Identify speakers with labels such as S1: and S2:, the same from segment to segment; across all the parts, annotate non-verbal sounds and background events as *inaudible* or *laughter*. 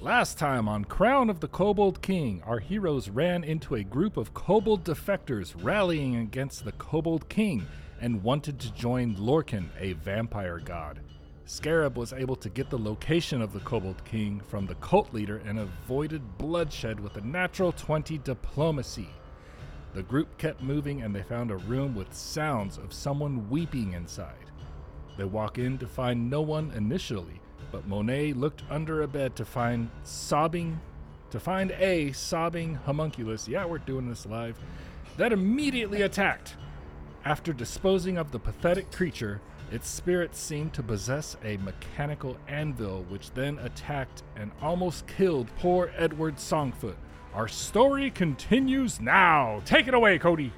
S1: Last time on Crown of the Kobold King, our heroes ran into a group of kobold defectors rallying against the Kobold King and wanted to join Lorkin, a vampire god. Scarab was able to get the location of the Kobold King from the cult leader and avoided bloodshed with a natural 20 diplomacy. The group kept moving and they found a room with sounds of someone weeping inside. They walk in to find no one initially, but Monet looked under a bed to find sobbing, to find a sobbing homunculus. Yeah, we're doing this live. That immediately attacked. After disposing of the pathetic creature, its spirit seemed to possess a mechanical anvil, which then attacked and almost killed poor Edward Songfoot. Our story continues now. Take it away, Cody.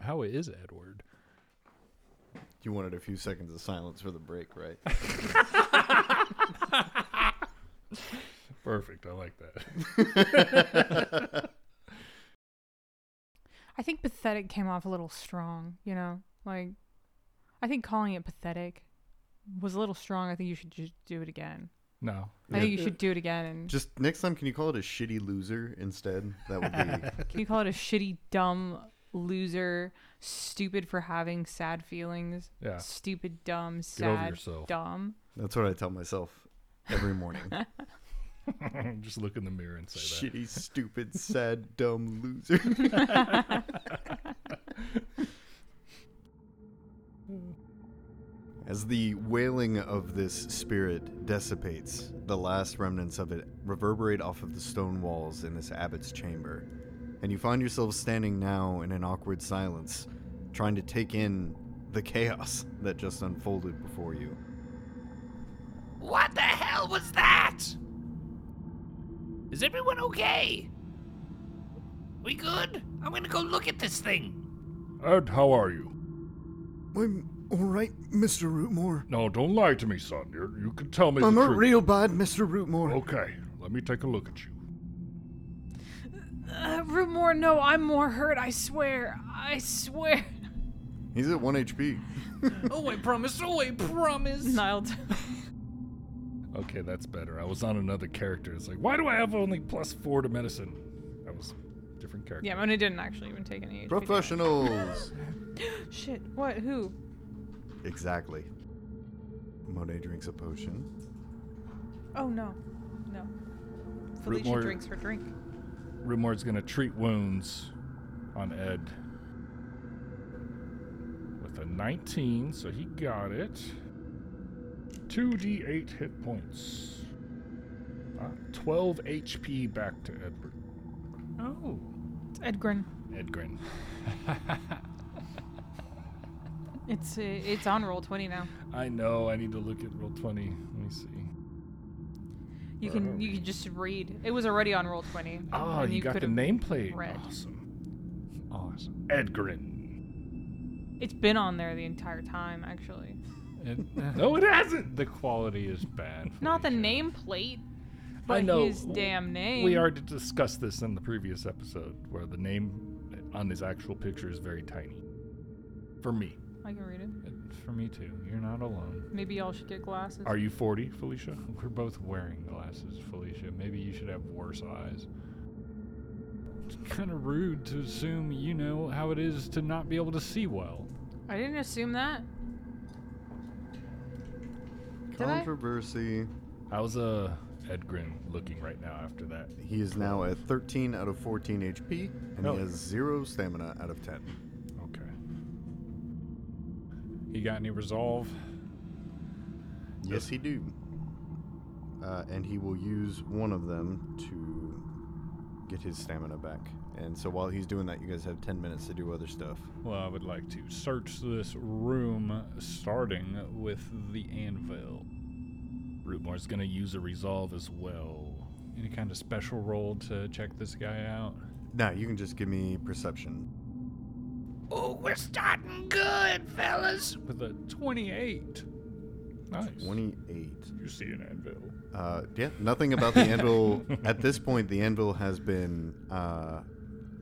S1: How is Edward?
S2: You wanted a few seconds of silence for the break, right? *laughs*
S1: Perfect. I like that.
S3: I think pathetic came off a little strong, you know? Like, I think calling it pathetic was a little strong. I think you should just do it again.
S1: No.
S3: I think you should do it again. And
S2: Just next time, can you call it a shitty loser instead? That
S3: *laughs*
S2: would be.
S3: can you call it a shitty, dumb, loser, stupid for having sad feelings?
S1: Yeah.
S3: Stupid, dumb,
S1: over
S3: sad,
S1: yourself.
S3: dumb.
S2: that's what I tell myself every morning.
S1: *laughs* Just look in the mirror and say that.
S2: shitty, stupid,
S1: *laughs*
S2: sad, dumb loser. As the wailing of this spirit dissipates, the last remnants of it reverberate off of the stone walls in this abbot's chamber, and you find yourself standing now in an awkward silence, trying to take in the chaos that just unfolded before you.
S4: What the hell was that? Is everyone okay? We good? I'm gonna go look at this thing.
S1: Ed, how are you?
S2: I'm alright, Mr. Rootmore.
S1: No, don't lie to me, son. You're, you can tell me
S2: I'm
S1: the
S2: not
S1: truth.
S2: real bad, Mr. Rootmore.
S1: *laughs* Okay, let me take a look at you.
S3: Uh, Rumor, no, I'm more hurt. I swear. I swear. *laughs*
S2: He's at 1 HP.
S4: Oh, I promise. Oh, I promise.
S3: Niall,
S1: Okay, that's better. I was on another character. It's like, why do I have only plus four to medicine? That was a different
S3: *laughs*
S1: character.
S3: yeah, Mona didn't actually even take any. HP damage.
S2: Professionals!
S3: Shit. What? Who?
S2: exactly. Monet drinks a potion.
S3: Oh no, no.
S1: Felicia more- drinks
S3: her drink.
S1: Rumor's gonna treat wounds on Ed with a 19, so he got it. 2d8 hit points. Uh, 12 HP back to Edward. Oh.
S3: It's Edgren.
S1: Edgren.
S3: It's uh, it's on roll twenty now.
S1: I know, I need to look at roll 20. Let me see.
S3: You can you can just read. It was already on roll twenty.
S1: Oh,
S3: and
S1: you, got the
S3: could've-
S1: nameplate.
S3: read.
S1: Awesome. Awesome. Edgren.
S3: It's been on there the entire time, actually.
S1: *laughs* No, it hasn't.
S5: eh, The quality is bad.
S3: Not the
S5: Felicia.
S3: nameplate,
S1: I
S3: but
S1: know.
S3: his damn name.
S1: We already discussed this in the previous episode where the name on his actual picture is very tiny. For me.
S3: I can read it.
S5: For me too. You're not alone.
S3: Maybe y'all should get glasses.
S1: Are you 40, Felicia?
S5: We're both wearing glasses, Felicia. Maybe you should have worse eyes. It's kind of rude to assume you know how it is to not be able to see well.
S3: I didn't assume that. Did I?
S2: Controversy.
S1: How's uh, Edgren looking right now after that?
S2: He is now at 13 out of 14 HP, and
S1: Oh.
S2: he has zero stamina out of 10.
S1: Okay.
S5: You got any resolve?
S2: Yes, he do. uh, and he will use one of them to get his stamina back. And so while he's doing that, you guys have 10 minutes to do other stuff.
S1: Well, I would like to search this room, starting with the anvil.
S6: Rootmore's gonna use a resolve as well.
S1: Any kind of special roll to check this guy out?
S2: Now, you can just give me perception.
S4: Oh, we're starting good, fellas.
S1: With a 28. Nice.
S2: 28.
S1: You see an anvil.
S2: Uh, yeah, nothing about the anvil. At this point, the anvil has been uh,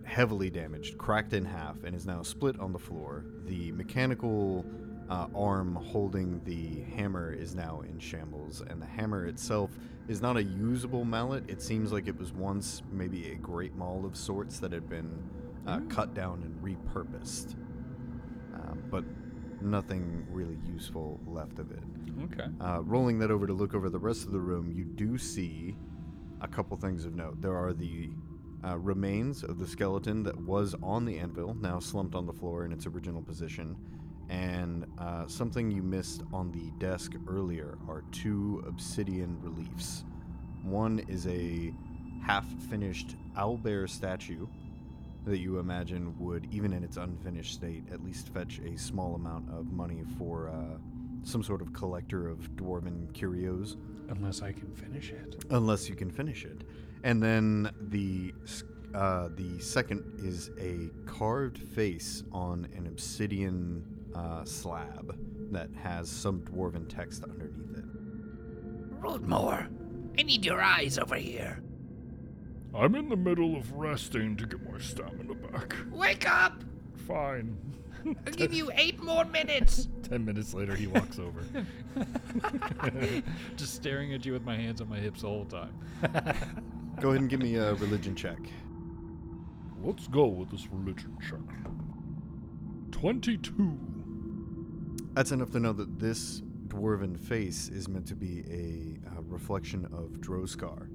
S2: heavily damaged, cracked in half, and is now split on the floor. The mechanical uh, arm holding the hammer is now in shambles, and the hammer itself is not a usable mallet. It seems like it was once maybe a great maul of sorts that had been uh, cut down and repurposed, um, but nothing really useful left of it.
S1: Okay.
S2: Uh, rolling that over to look over the rest of the room, you do see a couple things of note. There are the uh, remains of the skeleton that was on the anvil, now slumped on the floor in its original position, and uh, something you missed on the desk earlier are two obsidian reliefs. One is a half finished owlbear statue that you imagine would, even in its unfinished state, at least fetch a small amount of money for uh, some sort of collector of dwarven curios,
S1: Unless I can finish it.
S2: unless you can finish it. And then the s- uh, the second is a carved face on an obsidian uh, slab that has some dwarven text underneath it.
S4: Roadmore, I need your eyes over here.
S6: I'm in the middle of resting to get my stamina back.
S4: Wake up!
S6: Fine.
S4: I'll give you eight more minutes.
S6: Ten minutes later, he walks over.
S1: *laughs* Just staring at you with my hands on my hips the whole time.
S2: Go ahead and give me a religion check.
S6: *laughs* Let's go with this religion check. 22.
S2: That's enough to know that this dwarven face is meant to be a uh, reflection of Droskar.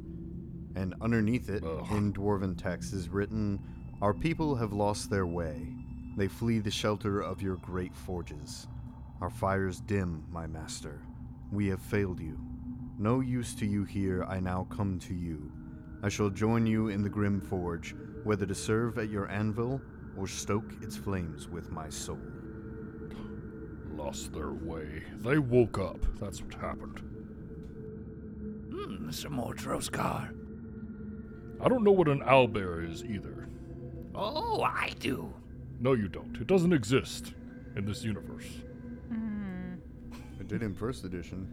S2: And underneath it,
S6: Ugh.
S2: in dwarven text, is written Our people have lost their way. They flee the shelter of your great forges. Our fires dim, my master. We have failed you. No use to you here, I now come to you. I shall join you in the grim forge, whether to serve at your anvil or stoke its flames with my soul.
S6: Lost their way. They woke up. That's what happened.
S4: Hmm, some more Droskar.
S6: I don't know what an owlbear is either.
S4: Oh, I do.
S6: No, you don't. It doesn't exist in this universe.
S3: Mm.
S2: It did in first edition.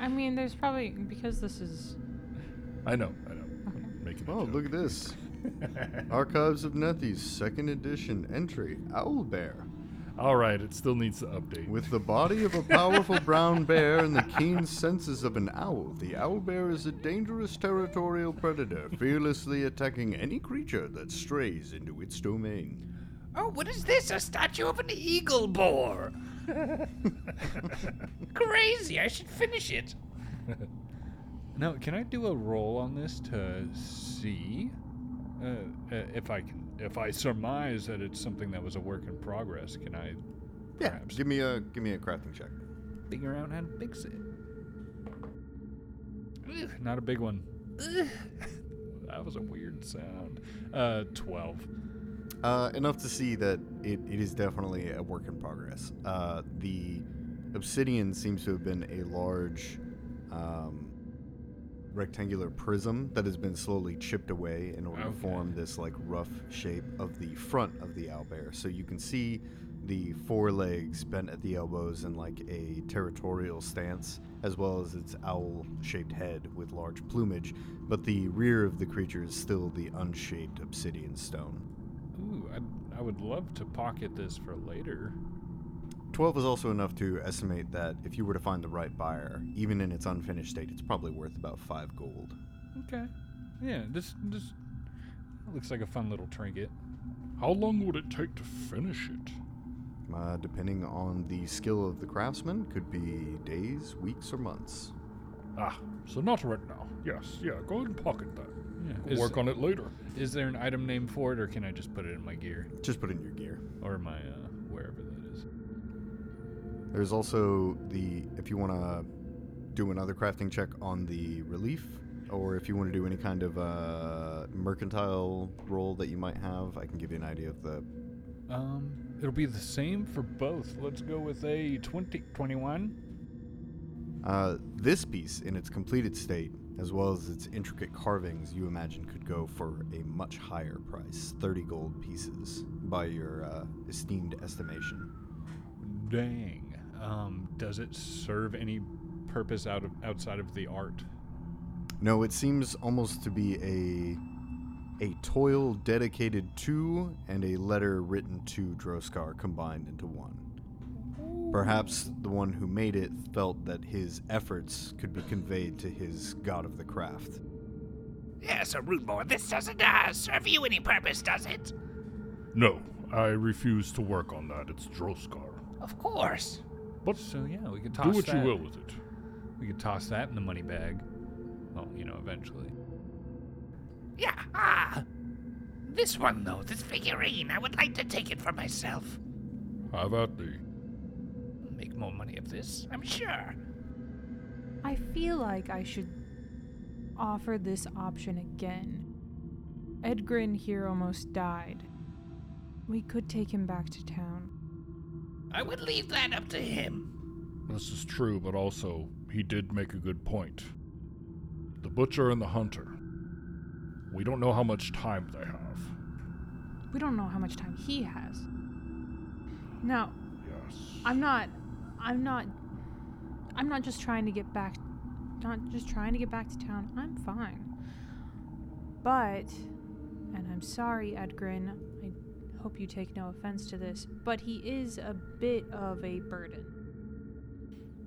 S3: I mean, there's probably because this is
S6: I know, I know. I'm making a
S2: Oh,
S6: joke.
S2: look at this. Archives of Nethies, second edition entry, Owl Bear.
S6: All right, it still needs to update.
S2: With the body of a powerful brown bear and the keen senses of an owl, the owl bear is a dangerous territorial predator, fearlessly attacking any creature that strays into its domain.
S4: Oh, what is this? A statue of an eagle *laughs* boar. Crazy. I should finish it.
S1: Now, can I do a roll on this to see uh, uh, if I can? If I surmise that it's something that was a work in progress, can I
S2: Yeah,
S1: perhaps
S2: give me a give me a crafting check.
S1: figure out how to fix it? Ugh, not a big one. That was a weird sound. Uh, twelve.
S2: Uh, enough to see that it, it is definitely a work in progress. Uh, the obsidian seems to have been a large um, rectangular prism that has been slowly chipped away in order
S1: Okay.
S2: to form this like rough shape of the front of the owlbear. So you can see the four legs bent at the elbows in like a territorial stance, as well as its owl-shaped head with large plumage. But the rear of the creature is still the unshaped obsidian stone.
S1: Ooh, I, I would love to pocket this for later.
S2: 12 is also enough to estimate that if you were to find the right buyer, even in its unfinished state, it's probably worth about 5 gold.
S1: Okay. Yeah, this this looks like a fun little trinket.
S6: How long would it take to finish it?
S2: Uh, depending on the skill of the craftsman, could be days, weeks, or months.
S6: Ah, so not right now. Yes, yeah, go ahead and pocket that.
S1: Yeah.
S6: We'll
S1: Is,
S6: work on it later.
S1: is there an item name for it, or can I just put it in my gear
S2: Just put in your gear.
S1: or my uh, wherever that is?
S2: There's also the, if you want to do another crafting check on the relief, or if you want to do any kind of uh, mercantile role that you might have, I can give you an idea of the.
S1: Um, it'll be the same for both. Let's go with a 20, 21.
S2: Uh, this piece, in its completed state, as well as its intricate carvings, you imagine could go for a much higher price 30 gold pieces by your uh, esteemed estimation.
S1: Dang. Um, does it serve any purpose out of outside of the art?
S2: No, it seems almost to be a a toil dedicated to and a letter written to Droskar combined into one. Perhaps the one who made it felt that his efforts could be conveyed to his god of the craft.
S4: Yes, a rude boy. This doesn't uh, serve you any purpose, does it?
S6: No, I refuse to work on that. It's Droskar.
S4: Of course.
S6: But
S1: So yeah, we could toss
S6: do what you
S1: that-
S6: will with it.
S1: We could toss that in the money bag. Well, you know, eventually.
S4: Yeah. Ah. This one though, this figurine, I would like to take it for myself.
S6: Have at thee.
S4: Make more money of this, I'm sure.
S3: I feel like I should offer this option again. Edgrin here almost died. We could take him back to town.
S4: I would leave that up to him.
S6: This is true, but also, he did make a good point. The butcher and the hunter. We don't know how much time they have.
S3: We don't know how much time he has. Now,
S6: Yes.
S3: I'm not I'm not I'm not just trying to get back not just trying to get back to town. I'm fine. But and I'm sorry, Edgrin. I hope you take no offense to this, but he is a bit of a burden.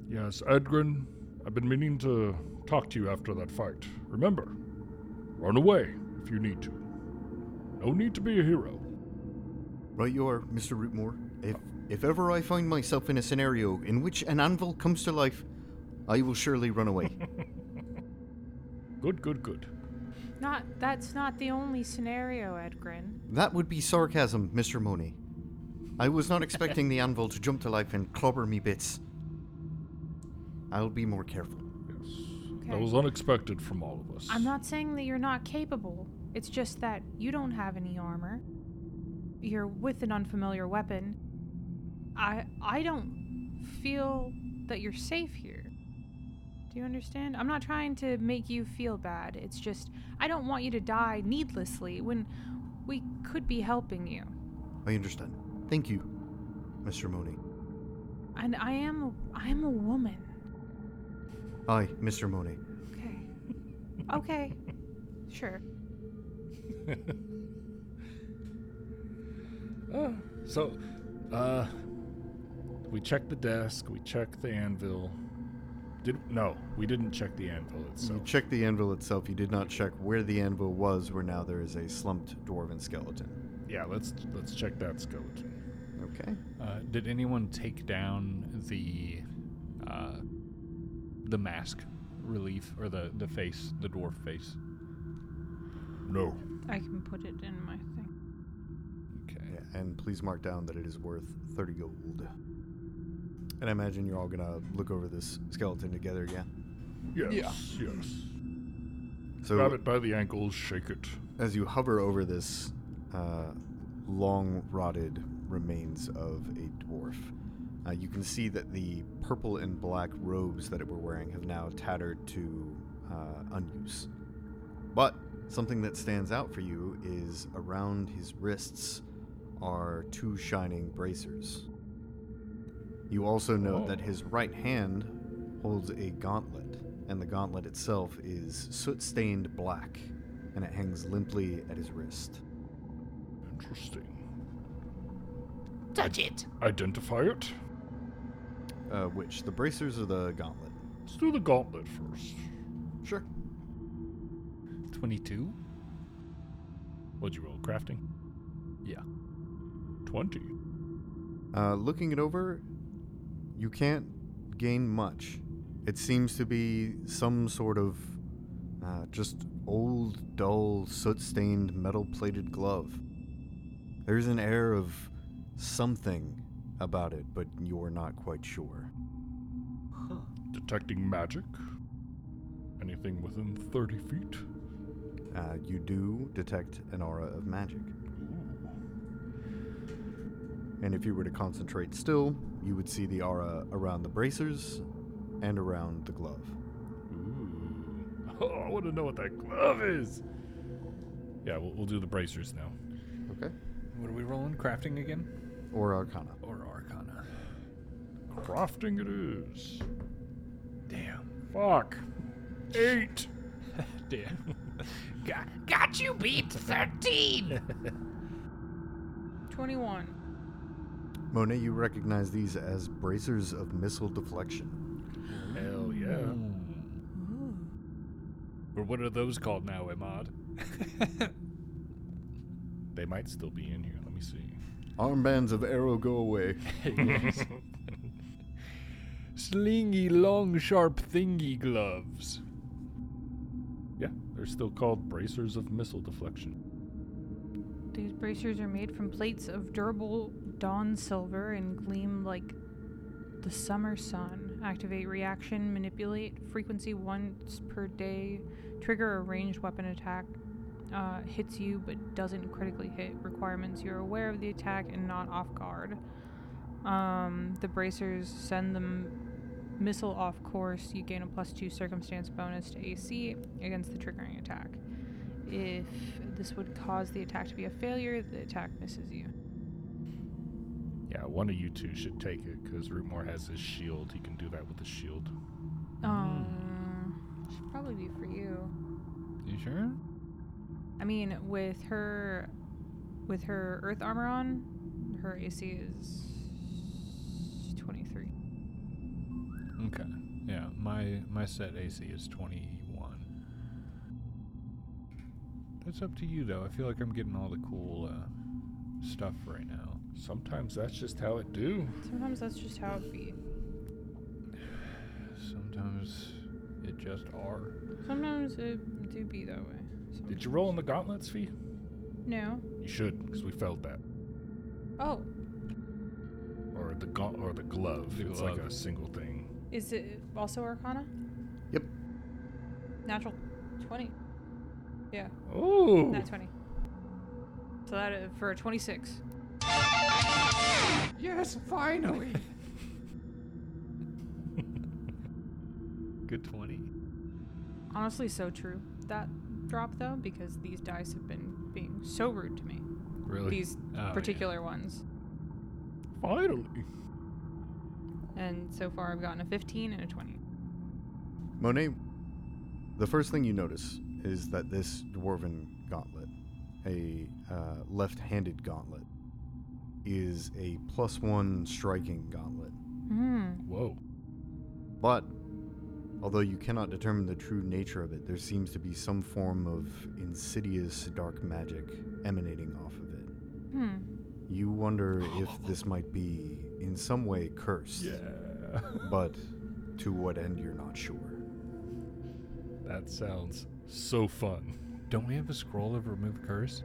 S6: Yes, Edgren, I've been meaning to talk to you after that fight. Remember, run away if you need to. No need to be a hero.
S2: Right you are, Mr. Rootmore. If if ever I find myself in a scenario in which an anvil comes to life, I will surely run away.
S6: Good, good, good.
S3: Not that's not the only scenario, Edgrin.
S2: That would be sarcasm, Mr. Money. I was not expecting the anvil to jump to life and clobber me bits. I'll be more careful.
S6: Yes. That
S3: Okay.
S6: was unexpected from all of us.
S3: I'm not saying that you're not capable. It's just that you don't have any armor. You're with an unfamiliar weapon. I I don't feel that you're safe here. Do you understand? I'm not trying to make you feel bad. It's just I don't want you to die needlessly when we could be helping you.
S2: I understand. Thank you, Mr. Money.
S3: And I am I am a woman.
S2: Aye, Mr. Money.
S3: Okay. *laughs* Okay. Sure.
S6: Ah, so, uh, we checked the desk, we checked the anvil. Did no, we didn't check the anvil
S2: You
S6: itself.
S2: checked the anvil itself. You did not check where the anvil was, where now there is a slumped dwarven skeleton.
S6: yeah, let's let's check that skeleton.
S2: Okay.
S1: Uh, did anyone take down the uh, the mask relief or the the face, the dwarf face?
S6: No.
S3: I can put it in my thing.
S1: Okay.
S2: Yeah, and please mark down that it is worth 30 gold. And I imagine you're all gonna look over this skeleton together, yeah?
S6: Yes. Yes.
S2: So
S6: Grab it by the ankles, shake it.
S2: as you hover over this uh, long rotted remains of a dwarf, uh, you can see that the purple and black robes that it were wearing have now tattered to uh, unuse. But something that stands out for you is around his wrists are two shining bracers. You also note
S1: Oh.
S2: that his right hand holds a gauntlet, and the gauntlet itself is soot stained black, and it hangs limply at his wrist.
S6: Interesting.
S4: Touch it.
S6: Identify it.
S2: Uh, which, the bracers or the gauntlet?
S6: Let's do the gauntlet first.
S2: Sure.
S1: Twenty-two.
S6: What'd you roll? Crafting?
S1: Yeah. *laughs*
S6: 20.
S2: Uh, looking it over, you can't gain much. It seems to be some sort of uh, just old, dull, soot stained, metal plated glove. There's an air of something about it, but you're not quite sure.
S6: Detecting magic. Anything within 30 feet.
S2: Uh, you do detect an aura of magic. And if you were to concentrate still, you would see the aura around the bracers and around the glove.
S6: Ooh. Oh, I want to know what that glove is. Yeah, we'll, we'll do the bracers now.
S2: Okay.
S1: What are we rolling? Crafting again?
S2: Or arcana.
S1: Or Arcana?
S6: Crafting it is.
S1: Damn.
S6: Fuck. Eight.
S1: *laughs* Damn.
S4: Got, got you beat 13! *laughs*
S3: 21.
S2: Mona, you recognize these as bracers of missile deflection.
S6: Hell yeah.
S1: Or what are those called now, Imad? *laughs*
S6: They might still be in here. Let me see.
S2: Armbands of arrow go away.
S1: Slingy, long, sharp thingy gloves.
S6: Yeah, they're still called bracers of missile deflection.
S3: These bracers are made from plates of durable dawn silver and gleam like the summer sun. Activate reaction, manipulate frequency once per day, trigger a ranged weapon attack. Uh, hits you but doesn't critically hit requirements. You're aware of the attack and not off guard. Um, the bracers send them missile off course. You gain a plus two circumstance bonus to AC against the triggering attack. If this would cause the attack to be a failure, the attack misses you.
S6: Yeah, one of you two should take it because Rootmore has his shield. He can do that with his shield.
S3: Um, should probably be for you.
S1: You sure?
S3: I mean, with her, with her earth armor on, her AC is twenty-three.
S1: Okay. Yeah, my my set AC is 21. That's up to you though. I feel like I'm getting all the cool uh, stuff right now.
S6: Sometimes that's just how it do.
S3: Sometimes that's just how it be.
S1: Sometimes it just are.
S3: Sometimes it do be that way.
S6: Did you roll in the gauntlets, Fee?
S3: No.
S6: You should, because we failed that.
S3: Oh,
S6: Or the gaunt, or the glove.
S1: The
S6: it's like
S1: glove.
S6: a single thing.
S3: is it also Arcana?
S2: Yep.
S3: Natural twenty. Yeah,
S6: Oh,
S3: nat twenty. So that uh, for a twenty-six.
S1: Yes, finally. Good 20.
S3: Honestly, so true. That drop though, because these dice have been being so rude to me.
S6: really?
S3: These
S1: Oh, yeah.
S3: particular ones.
S6: Finally.
S3: And so far, I've gotten a 15 and a 20.
S2: Monet, the first thing you notice is that this dwarven gauntlet, a uh, left handed gauntlet, is a plus one striking gauntlet.
S3: Hmm.
S6: Whoa.
S2: But, although you cannot determine the true nature of it, there seems to be some form of insidious dark magic emanating off of it.
S3: Hmm.
S2: You wonder if this might be, in some way, cursed. But to what end, you're not sure.
S6: that sounds so fun.
S1: Don't we have a scroll of remove curse?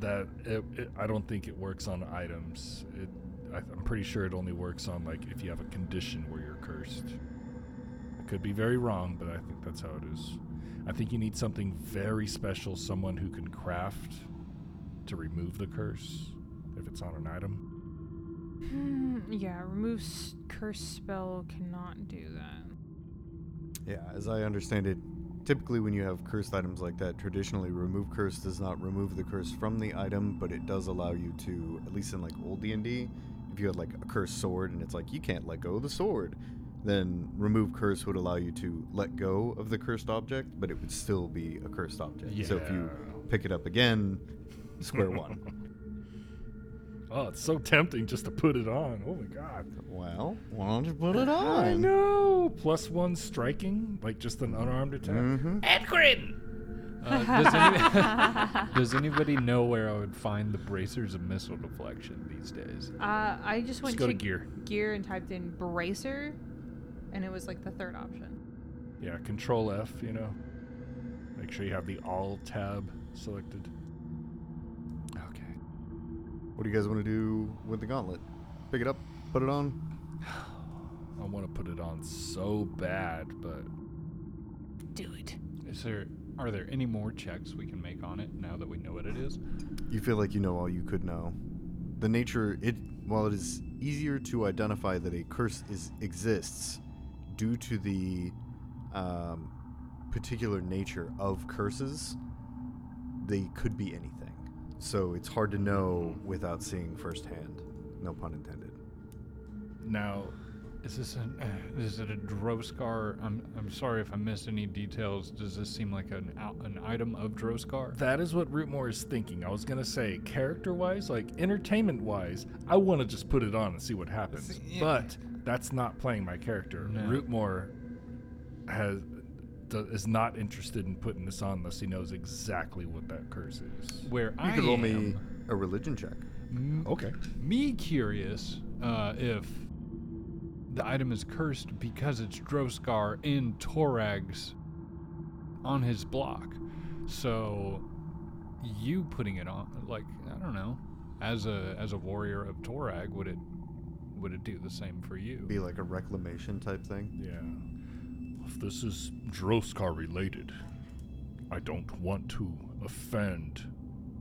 S6: That it, it, I don't think it works on items. It, I, I'm pretty sure it only works on like if you have a condition where you're cursed. I could be very wrong, but I think that's how it is. I think you need something very special, someone who can craft to remove the curse if it's on an item.
S3: Hmm. Yeah, remove s- curse spell cannot do that.
S2: Yeah, as I understand it, typically when you have cursed items like that, traditionally remove curse does not remove the curse from the item, but it does allow you to, at least in like old D and D, if you had like a cursed sword and it's like you can't let go of the sword, then remove curse would allow you to let go of the cursed object, but it would still be a cursed object. So if you pick it up again, square one.
S6: Oh, it's so tempting just to put it on. Oh my god.
S2: well, why don't you put it on?
S6: I know. Plus one striking, like just an unarmed attack.
S2: Mm-hmm.
S4: Edgrin!
S1: Uh, does,
S3: *laughs*
S1: any- does anybody know where I would find the bracers of missile deflection these days?
S3: Uh, I just went
S6: Just go to gear.
S3: gear and typed in bracer, and it was like the third option.
S6: Yeah, Control F. You know, make sure you have the All tab selected.
S1: Okay.
S2: What do you guys want to do with the gauntlet? Pick it up, put it on.
S6: I want to put it on so bad, but
S4: Do it.
S1: Is there are there any more checks we can make on it now that we know what it is?
S2: You feel like you know all you could know. The nature it while it is easier to identify that a curse is exists due to the um, particular nature of curses, they could be anything. So it's hard to know without seeing firsthand. No pun intended.
S6: now
S1: Is this an *sighs* is it a Droskar? I'm I'm sorry if I missed any details. Does this seem like an out- an item of Droskar?
S6: that is what Rootmore is thinking. I was gonna say character-wise, like entertainment-wise, I want to just put it on and see what happens.
S1: See, yeah.
S6: But that's not playing my character.
S1: No.
S6: Rootmore has do- is not interested in putting this on unless he knows exactly what that curse is.
S1: Where
S2: You
S1: I
S2: could roll
S1: am,
S2: me a religion check.
S1: m-
S6: Okay.
S1: me curious uh, if the item is cursed because it's Droskar in Torag's on his block. So you putting it on like I don't know, as a as a warrior of Torag, would it would it do the same for you?
S2: Be like a reclamation type thing.
S6: Yeah. If this is Droskar related, I don't want to offend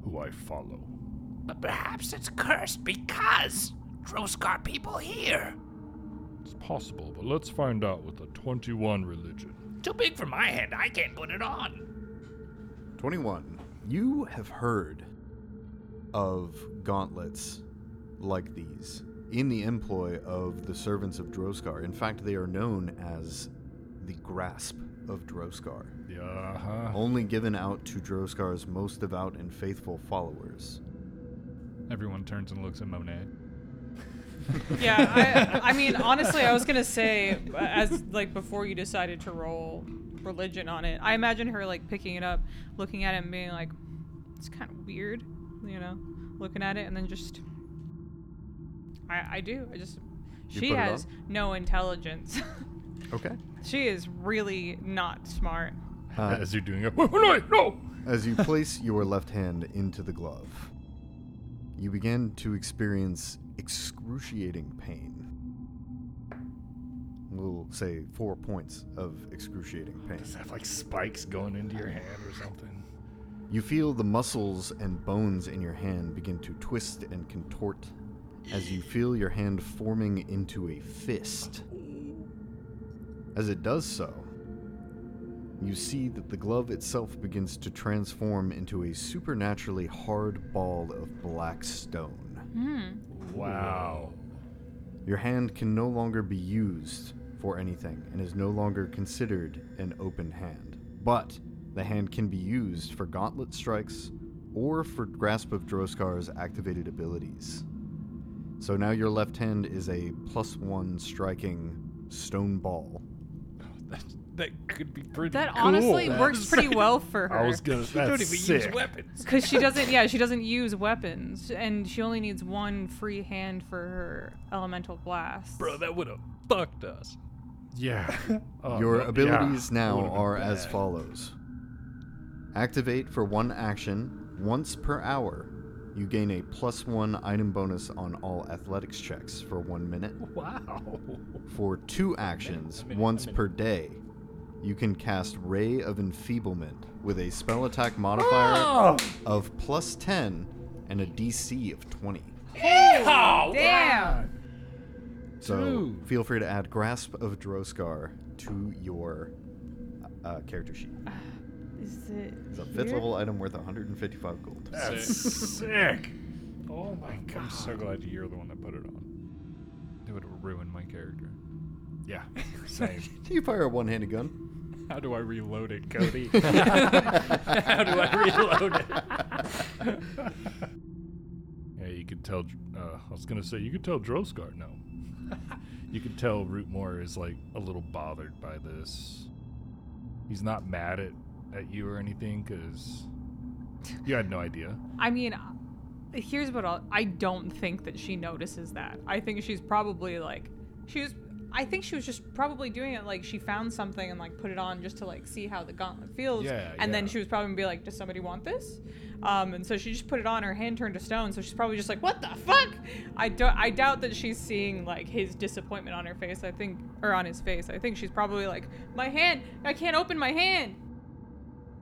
S6: who I follow.
S4: But perhaps it's cursed because Droskar people here.
S6: It's possible, but let's find out with the 21 religion.
S4: Too big for my hand. I can't put it on.
S2: 21. You have heard of gauntlets like these in the employ of the servants of Droskar. In fact, they are known as the grasp of Droskar,
S6: Yeah, huh?
S2: only given out to Droskar's most devout and faithful followers.
S1: Everyone turns and looks at Monet.
S7: Yeah, I, I mean, honestly, I was gonna say, as like before you decided to roll religion on it, I imagine her like picking it up, looking at it, and being like, "It's kind of weird," you know, looking at it, and then just, I, I do, I just,
S2: You
S7: she
S2: put it
S7: has
S2: on?
S7: no intelligence. *laughs*
S2: Okay.
S7: she is really not smart.
S2: Uh,
S6: *laughs* As you're doing it, no, no!
S2: As you place your left hand into the glove, you begin to experience excruciating pain. We'll say four points of excruciating pain.
S6: Does that have like spikes going into your hand or something?
S2: You feel the muscles and bones in your hand begin to twist and contort as you feel your hand forming into a fist. As it does so, you see that the glove itself begins to transform into a supernaturally hard ball of black stone.
S6: Wow.
S2: Your hand can no longer be used for anything and is no longer considered an open hand. But the hand can be used for gauntlet strikes or for grasp of Droskar's activated abilities. So now your left hand is a plus one striking stone ball.
S1: That that could be pretty.
S7: That
S1: cool.
S7: honestly
S6: That's-
S7: works pretty well for her.
S6: I was gonna. *laughs* That's
S1: you *laughs* don't even
S6: sick.
S7: *laughs*
S1: use weapons.
S7: Because she doesn't, yeah, she doesn't use weapons, and she only needs one free hand for her elemental blast.
S1: Bro, that would have fucked us.
S2: *laughs*
S6: Yeah. Oh,
S2: Your
S6: no-
S2: abilities
S6: yeah. That
S2: now
S6: would've been
S2: are as
S6: bad.
S2: follows Activate for one action, once per hour. You gain a plus one item bonus on all athletics checks for one minute.
S6: *laughs* Wow.
S2: For two actions, once per day, you can cast Ray of Enfeeblement with a spell
S6: Ah!
S2: attack modifier of plus 10 and a DC of 20.
S7: Damn!
S2: So
S1: Dude.
S2: feel free to add Grasp of Droskar to your uh, character sheet.
S7: Is it?
S2: It's a fifth level item worth 155 gold.
S6: That's sick.
S1: Oh my god. I'm so glad you're the one that put it on. It would have ruined my character.
S6: Yeah. Same.
S2: You fire a one handed gun.
S1: How do I reload it, Cody? *laughs* How do
S6: *laughs*
S1: I reload it?
S6: yeah, you could tell. Uh, I was gonna say you could tell Droskar *laughs* no. you could tell Rootmore is like a little bothered by this. He's not mad at at you or anything because you had no *laughs* idea.
S7: I mean, uh, here's what I'll, I don't think that she notices that. I think she's probably like, she's
S3: I think she was just probably doing it like she found something and like put it on just to like see how the gauntlet feels.
S6: Yeah,
S3: and then
S6: yeah.
S3: she was probably gonna be like, "Does somebody want this?" Um, and so she just put it on. Her hand turned to stone, so she's probably just like, "What the fuck?" I do- I doubt that she's seeing like his disappointment on her face. I think, or on his face. I think she's probably like, "My hand! I can't open my hand."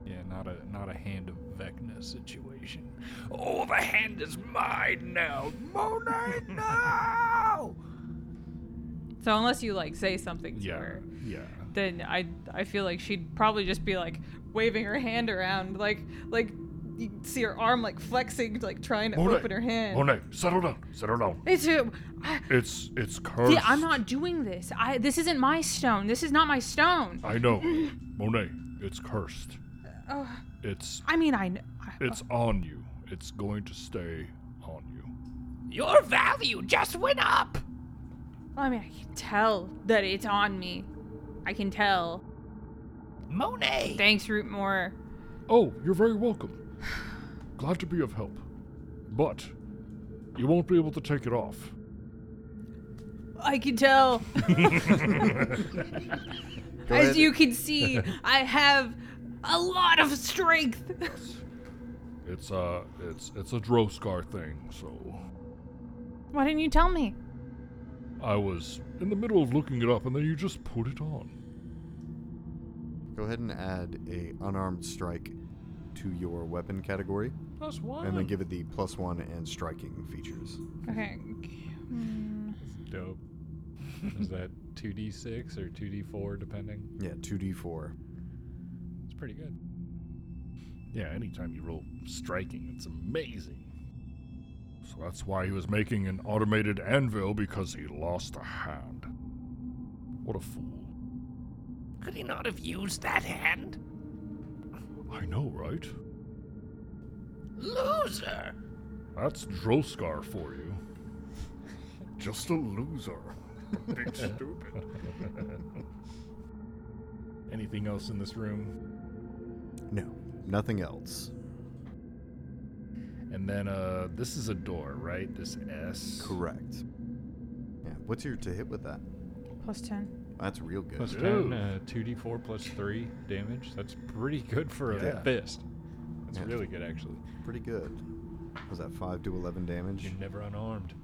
S1: Yeah, not a not a hand of Vecna situation.
S4: Oh, the hand is mine now. Monet, no!
S3: So unless you like say something to
S6: Yeah.
S3: her,
S6: Yeah.
S3: then I I feel like she'd probably just be like waving her hand around, like like you see her arm like flexing, like trying to open her hand.
S6: Monet, settle down. Settle down.
S8: It's a. I,
S6: It's it's cursed.
S8: yeah, I'm not doing this. I. This isn't my stone. This is not my stone.
S3: *laughs*
S6: I know. Monet, it's cursed. It's
S8: I mean, I. kn- I
S6: it's on you. It's going to stay on you.
S4: Your value just went up.
S8: I mean, I can tell that it's on me. I can tell.
S4: Monet.
S8: Thanks, Rootmore.
S6: Oh, you're very welcome. Glad to be of help. But you won't be able to take it off.
S8: I can tell.
S2: Go
S8: As
S2: ahead.
S8: you can see, I have a lot of strength.
S6: It's a it's it's a Droskar thing. So
S8: Why didn't you tell me?
S6: I was in the middle of looking it up, and then you just put it on.
S2: Go ahead and add a unarmed strike to your weapon category,
S1: Plus one.
S2: and then give it the plus one and striking features.
S3: Okay. Hmm.
S1: Dope. Is that *laughs* two d six or two d four depending?
S2: Yeah, two d four.
S1: It's pretty good.
S6: Yeah, anytime you roll striking, it's amazing. So that's why he was making an automated anvil because he lost a hand. What a fool!
S4: Could he not have used that hand?
S6: I know, right?
S4: Loser.
S6: That's Droskar for you. Just a loser. *laughs* Big stupid. Anything else in this room?
S2: No, nothing else.
S6: And then uh this is a door, right? This S.
S2: Correct. Yeah, what's your to hit with that?
S8: Plus 10.
S2: That's real good.
S1: Plus
S6: Ooh.
S1: ten, uh, two d four plus three damage. That's pretty good for a
S6: Yeah.
S1: fist. That's
S2: Yeah.
S1: really good actually.
S2: Pretty good. Was that five to eleven damage?
S1: You're never unarmed.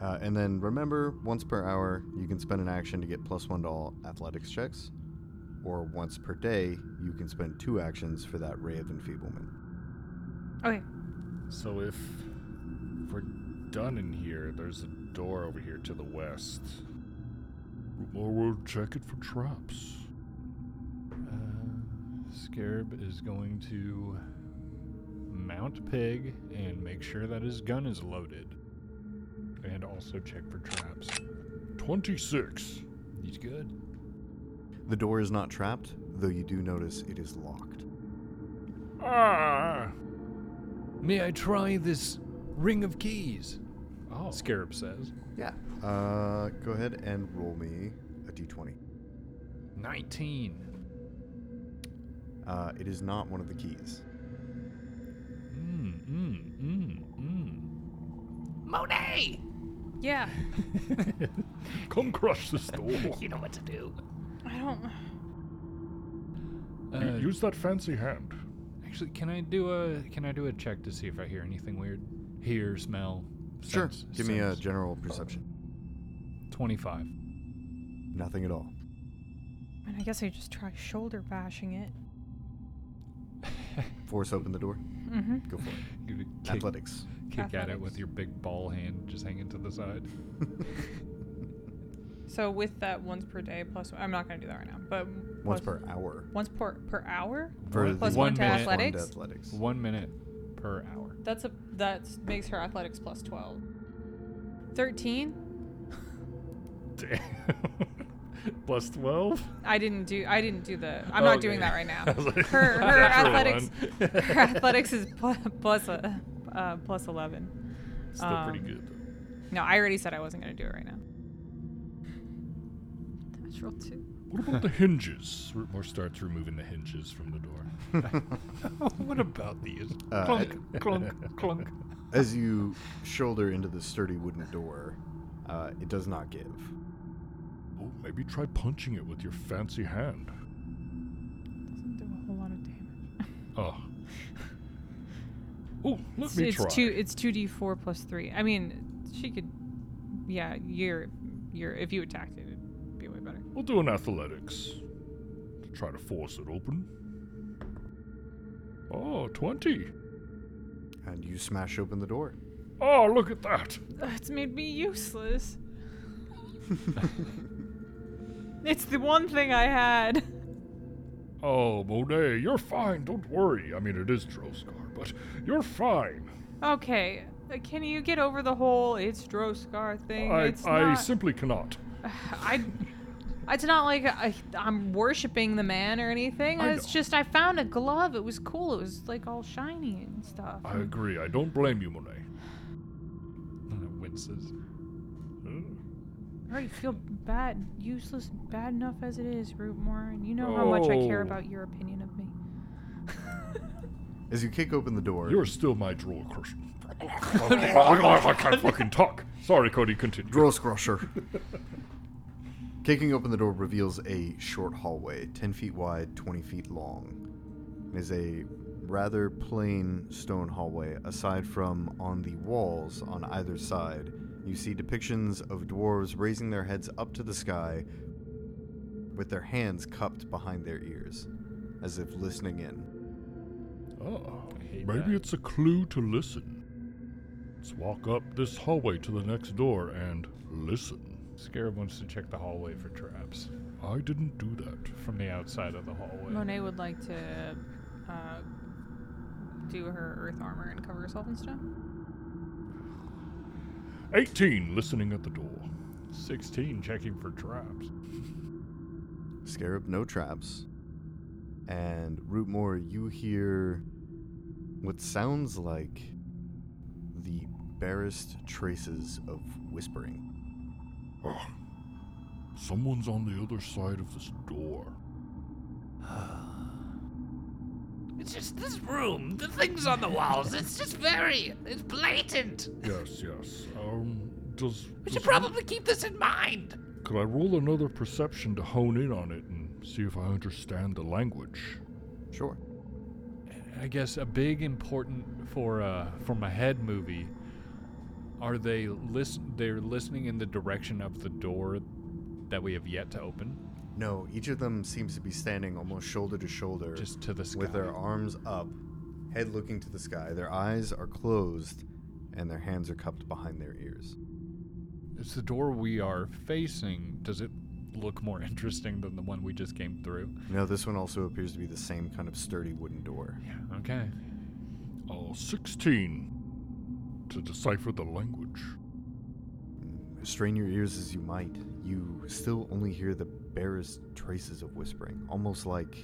S2: Uh, and then remember, once per hour, you can spend an action to get plus one to all athletics checks, or once per day, you can spend two actions for that ray of enfeeblement.
S8: Okay.
S6: So if, if we're done in here, there's a door over here to the west. Or we'll check it for traps.
S1: Uh, Scarab is going to mount Pig and make sure that his gun is loaded, and also check for traps.
S6: 26.
S1: He's good.
S2: The door is not trapped, though you do notice it is locked.
S6: Ah!
S1: May I try this ring of keys?
S6: Oh.
S1: Scarab says.
S2: Yeah. Uh, go ahead and roll me a d20.
S1: 19.
S2: Uh, it is not one of the keys.
S1: Mm, mm, mm, mm.
S4: Monet.
S3: Yeah.
S6: Come crush this
S1: *laughs*
S6: door.
S4: You know what to do.
S3: I don't.
S6: U-
S1: Uh,
S6: Use that fancy hand.
S1: actually, can I do a can I do a check to see if I hear anything weird? Hear, smell, sense,
S2: Give me a
S1: sense.
S2: general perception.
S1: 25.
S2: Nothing at all.
S3: And I guess I just try shoulder bashing it.
S2: Force open the door.
S3: Mm-hmm.
S2: Go for it.
S1: *laughs* Give it a kick-
S3: *laughs*
S2: Athletics.
S1: kick at it with
S3: Athletics.
S1: your big ball hand just hanging to the side.
S3: So with that once per day plus, I'm not gonna do that right now. But plus-
S2: Once per hour.
S3: Once per per hour.
S2: For
S1: One-
S2: the-
S3: plus one
S1: one
S3: to
S1: minute.
S3: athletics.
S2: One to athletics.
S1: One minute per hour.
S3: That's a that makes her athletics plus twelve. Thirteen.
S6: Damn. *laughs* Plus 12?
S3: I didn't do I didn't do the. I'm
S6: Okay.
S3: not doing that right now.
S6: *laughs* I was like,
S3: her her
S6: natural
S3: athletics
S6: one. *laughs*
S3: her athletics is plus plus a uh, plus eleven.
S6: Still
S3: um,
S6: pretty good, though.
S3: No, I already said I wasn't gonna do it right now. Natural two.
S6: What about the hinges? Or starts removing the hinges from the door.
S1: *laughs* what about these? *laughs*
S2: Uh,
S1: clunk, clunk, clunk.
S2: As you shoulder into the sturdy wooden door, uh, it does not give.
S6: Well, Oh, maybe try punching it with your fancy hand.
S3: Doesn't do a whole lot of damage.
S6: Oh. Oh, let
S3: It's,
S6: me
S3: it's
S6: try.
S3: two. It's two d four plus three. I mean, she could. Yeah, you're, you're. If you attacked it, it'd be way better.
S6: We'll do an athletics to try to force it open. Oh, 20.
S2: And you smash open the door.
S6: Oh, look at that.
S7: Ugh, It's made me
S6: *laughs*
S7: useless.
S3: It's the one thing I had.
S6: Oh, Monet, you're fine. Don't worry. I mean, it is Droskar, but you're fine.
S3: Okay, uh, can you get over the whole it's Droscar thing?
S6: I,
S3: it's
S6: I
S3: not.
S6: simply cannot.
S3: I. It's not like I, I'm worshiping the man or anything.
S6: I
S3: it's
S6: know.
S3: just I found a glove. It was cool. It was like all shiny and stuff.
S6: I agree. I don't blame you, Monet.
S1: *laughs* winces.
S3: I already feel bad, useless, bad enough as it is, Rootmore, and you know how much I care
S6: Oh.
S3: about your opinion of me.
S2: As you kick open the door,
S6: You're still my droll
S1: *laughs*
S6: person. I can't fucking talk. Sorry, Cody, continue.
S2: Gross crusher. Kicking open the door reveals a short hallway, 10 feet wide, 20 feet long. It is a rather plain stone hallway, aside from on the walls on either side, you see depictions of dwarves raising their heads up to the sky with their hands cupped behind their ears, as if listening in.
S6: Oh,
S1: I hate
S6: maybe
S1: that.
S6: it's a clue to listen. Let's walk up this hallway to the next door and listen.
S1: Scarab wants to check the hallway for traps
S6: I didn't do that.
S1: from the outside of the hallway.
S7: Monet would like to uh, do her earth armor and cover herself in stone.
S6: 18, listening at the door.
S1: 16 checking for traps.
S2: Scarab, no traps. And Rootmore, you hear what sounds like the barest traces of whispering.
S6: Oh, someone's on the other side of this door.
S4: It's just this room, the things on the walls. It's just very, it's blatant.
S6: Yes, yes. Um, does.
S4: We
S6: does
S4: should probably keep this in mind.
S6: Could I roll another perception to hone in on it and see if I understand the language?
S2: Sure.
S1: I guess a big important for uh from a head movie are they listen they're listening in the direction of the door that we have yet to open
S2: No, each of them seems to be standing almost shoulder to shoulder
S1: just to the sky.
S2: with their arms up, head looking to the sky. Their eyes are closed and their hands are cupped behind their ears.
S1: It's the door we are facing. Does it look more *laughs* interesting than the one we just came through?
S2: Now, this one also appears to be the same kind of sturdy wooden door.
S1: Yeah. Okay.
S6: Oh, 16. To decipher the language.
S2: Strain your ears as you might, you still only hear the barest traces of whispering, almost like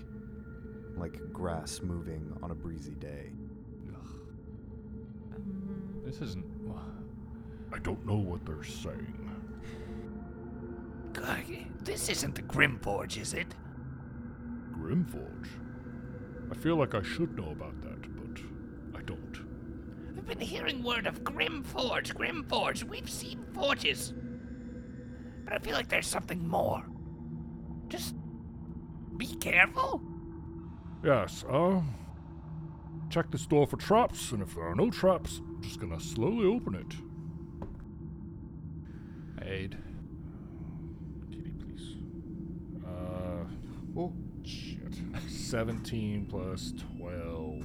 S2: like grass moving on a breezy day.
S1: This isn't.
S6: I don't know what they're saying.
S4: God, This isn't the Grim Forge, is it?
S6: Grimforge? I feel like I should know about that, but I don't.
S4: I've been hearing word of Grim Forge, Grim Forge. We've seen forges. But I feel like there's something more. Just be careful.
S6: Yes, uh. Check this door for traps, and if there are no traps, I'm just gonna slowly open it.
S1: Aid.
S6: TD, please. Uh.
S2: Oh,
S6: Shit. *laughs* 17 plus 12.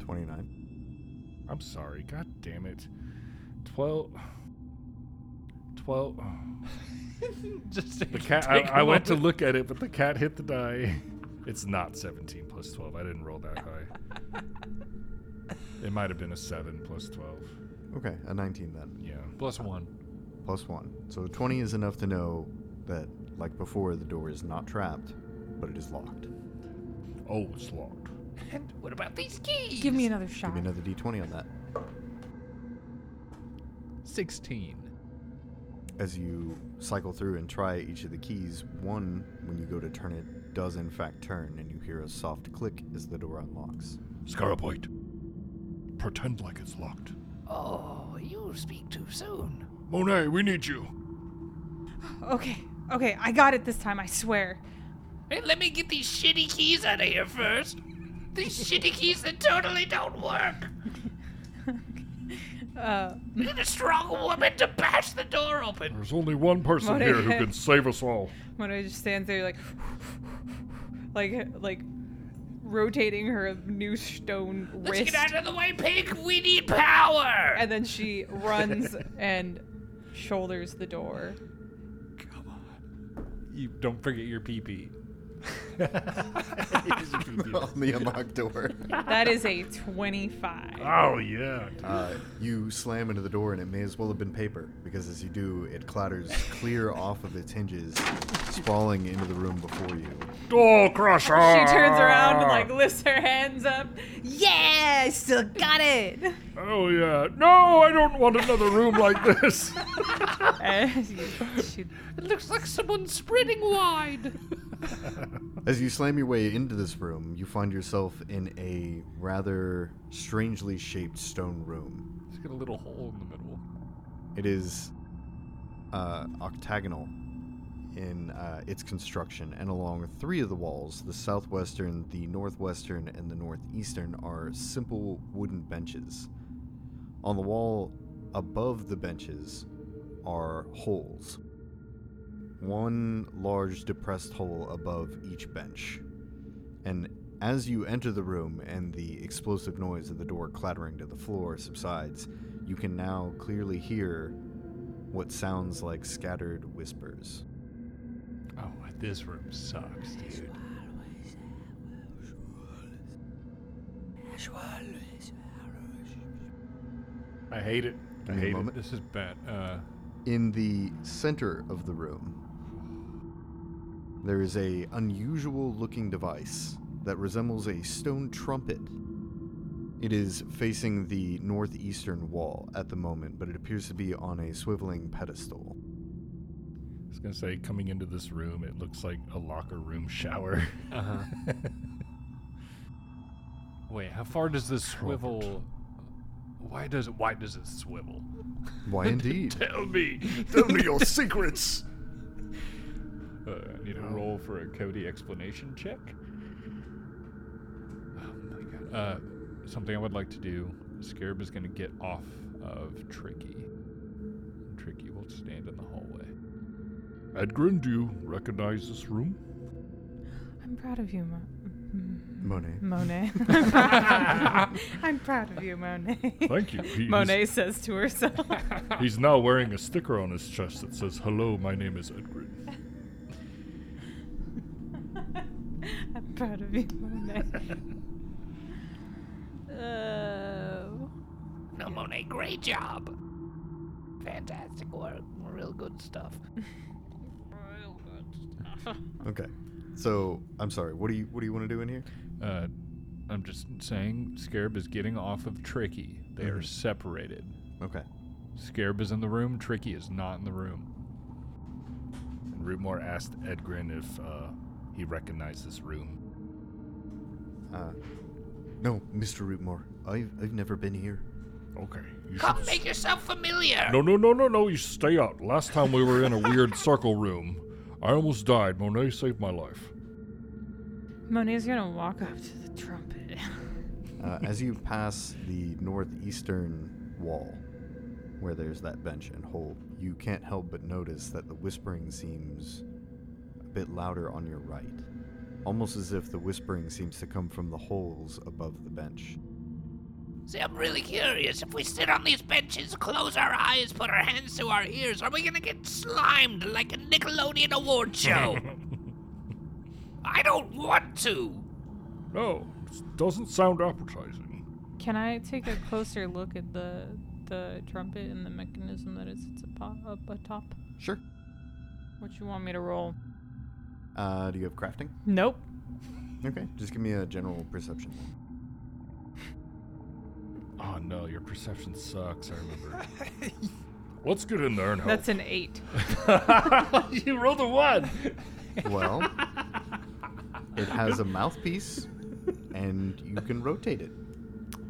S2: 29.
S6: I'm sorry, god damn it. 12. 12.
S1: Just
S6: The cat. I, I went to look at it, but the cat hit the die. *laughs* It's not 17 plus 12. I didn't roll
S1: *laughs*
S6: that high. it might have been a 7 plus 12.
S2: Okay, a 19 then.
S6: Yeah.
S1: Plus one.
S2: Plus 1. So 20 is enough to know that, like before, the door is not trapped, but it is locked.
S6: Oh, it's locked.
S4: And what about these keys?
S3: Give me another shot.
S2: Give me another d20 on that.
S1: Sixteen.
S2: As you cycle through and try each of the keys, one, when you go to turn it, does in fact turn, and you hear a soft click as the door unlocks.
S6: Scaraboid. Pretend like it's locked.
S4: Oh, you speak too soon.
S6: Monet, we need you.
S7: Okay,
S3: Okay, I got it this time, I swear.
S4: Hey, let me get these shitty keys out of here first. These shitty keys that totally don't work.
S3: Uh,
S4: We need a strong woman to bash the door open.
S6: There's only one person
S7: Monet.
S6: here who can save us all.
S7: When I just stands there like, like, like, rotating her new stone
S4: Let's
S7: wrist,
S4: get out of the way, pig. We need power.
S7: and then she
S4: *laughs*
S7: runs and shoulders the door.
S1: Come on. You don't forget your pee pee.
S2: *laughs* on *laughs* the unlocked door.
S7: That is a
S4: *laughs*
S7: twenty-five.
S6: Oh yeah.
S2: Uh, you slam into the door, and it may as well have been paper, because as you do, it clatters clear off of its hinges, sprawling into the room before you.
S6: Door crusher.
S7: *laughs* She turns around and
S4: Ah.
S7: like lifts her hands up. Yeah, I still got
S4: *laughs*
S7: it. *laughs*
S6: Oh yeah. No, I don't want another room like this.
S7: And she- she
S4: *laughs* It looks like someone's spreading wide.
S2: As you slam your way into this room, you find yourself in a rather strangely shaped stone room.
S1: It's got a little hole in the middle.
S2: It is uh, octagonal in uh, its construction, and along three of the walls the southwestern, the northwestern, and the northeastern are simple wooden benches. On the wall above the benches are holes. One large depressed hole above each bench. And as you enter the room and the explosive noise of the door clattering to the floor subsides, you can now clearly hear what sounds like scattered whispers.
S1: Oh, this room sucks, dude.
S6: I hate it. I
S2: Give me a
S6: hate it.
S2: moment.
S1: This is bad. Uh,
S2: In the center of the room, there is a unusual looking device that resembles a stone trumpet. It is facing the northeastern wall at the moment, but it appears to be on a swiveling pedestal.
S6: I was gonna say, coming into this room, it looks like a locker room shower. *laughs*
S1: uh-huh. *laughs* Wait, how far does this swivel? Why does it? Why does it swivel?
S2: Why indeed?
S1: Tell me.
S6: Tell me your secrets.
S1: Uh, I need a roll for a Cody explanation check. Oh my god. Uh, something I would like to do. Scarab is going to get off of Tricky. Tricky will stand in the hallway.
S6: Edgrin, do you recognize this room?
S3: I'm proud of you, Mo-
S2: Monet.
S4: *laughs*
S7: *laughs*
S3: Monet. I'm proud of you. I'm proud of you, Monet.
S6: Thank you. He-
S7: Monet says to herself.
S6: He's, he's now wearing a sticker on his chest that says, "Hello, my name is Edgrin."
S3: I'm proud of you, Monet.
S7: Uh,
S3: Oh.
S4: No, Monet, great job. Fantastic work. Real good stuff. *laughs* Real good stuff.
S2: Okay. So I'm sorry. What do you What do you want to do in here?
S1: Uh, I'm just saying, Scarab is getting off of Tricky. They are
S2: Mhm.
S6: Mm-hmm.
S1: separated.
S2: Okay.
S1: Scarab is in the room, Tricky is not in the room.
S6: And Rootmore asked Edgrin if uh, he recognized this room.
S2: Uh, no, Mr. Rootmore. I've I've never been here.
S6: Okay. You
S4: Come
S6: should
S4: make yourself familiar.
S6: No, no, no, no, no. You stay out. Last time we were in a
S4: *laughs*
S6: weird circle room, I almost died. Monet saved my life.
S3: Monet's gonna walk up to the trumpet.
S2: Uh, as you pass the northeastern wall, where there's that bench and hole, you can't help but notice that the whispering seems a bit louder on your right, almost as if the whispering seems to come from the holes above the bench.
S4: See, I'm really curious. If we sit on these benches, close our eyes, put our hands to our ears, are we gonna get slimed like a Nickelodeon award show? I don't want to.
S6: No, it doesn't sound appetizing.
S7: Can I take a closer look at the the trumpet and the mechanism that it sits apo- up atop?
S2: Sure.
S7: What you want me to roll?
S2: Uh, do you have crafting?
S7: Nope.
S2: Okay. Just give me a general perception.
S6: Oh no, your perception sucks. I *laughs* remember. Let's get in there and help.
S7: That's an eight.
S6: you rolled a one.
S2: Well, it has a mouthpiece, and you can rotate it.
S7: *laughs*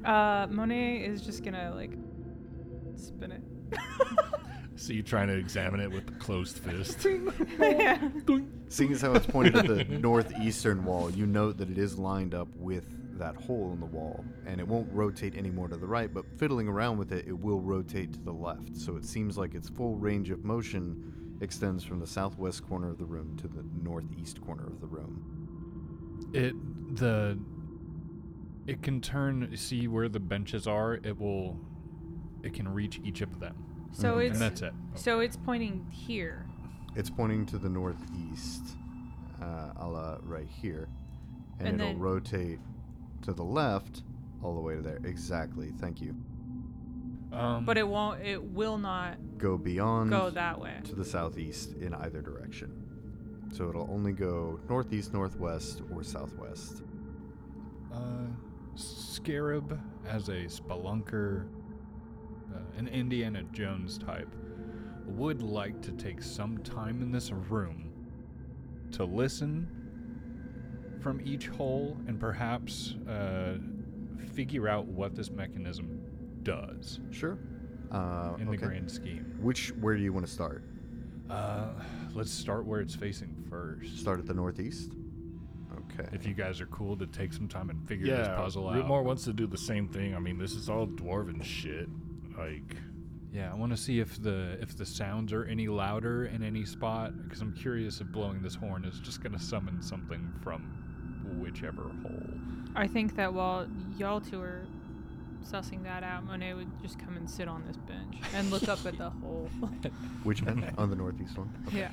S7: Uh, Monet is just gonna like spin it.
S6: So you trying to examine it with the closed fist?
S2: Seeing as how it's pointed at the *laughs* northeastern wall, you note that it is lined up with that hole in the wall, and it won't rotate any more to the right, but fiddling around with it, it will rotate to the left. So it seems like its full range of motion extends from the southwest corner of the room to the northeast corner of the room.
S1: It the it can turn see where the benches are. It will it can reach each of them.
S3: So Oh, it's
S1: and that's it.
S3: so it's pointing here.
S2: It's pointing to the northeast, uh, a la right here, and,
S3: And
S2: it'll
S3: then-
S2: rotate to the left all the way to there. Exactly. Thank you.
S1: Um,
S7: But it won't. It will not
S2: Go beyond.
S7: go that way.
S2: to the southeast in either direction. So it'll only go northeast, northwest, or southwest.
S1: uh, Scarab as a spelunker, uh, an Indiana Jones type, would like to take some time in this room to listen from each hole and perhaps uh, figure out what this mechanism does
S2: Sure. Uh,
S1: in the
S2: okay.
S1: grand scheme.
S2: Which where do you want to start?
S1: Uh, let's start where it's facing first.
S2: Start at the northeast. Okay.
S1: If you guys are cool to take some time and figure this
S6: *laughs* yeah,
S1: puzzle out.
S6: Rootmore wants to do the same thing. I mean, this is all dwarven shit. Like,
S1: Yeah, I want to see if the if the sounds are any louder in any spot because I'm curious if blowing this horn is just gonna summon something from whichever hole.
S3: I think that while y'all two are sussing that out, Monet would just come and sit on this bench and look up at *laughs* the hole.
S1: *laughs*
S2: Which end? on the northeast one. Okay.
S3: Yeah.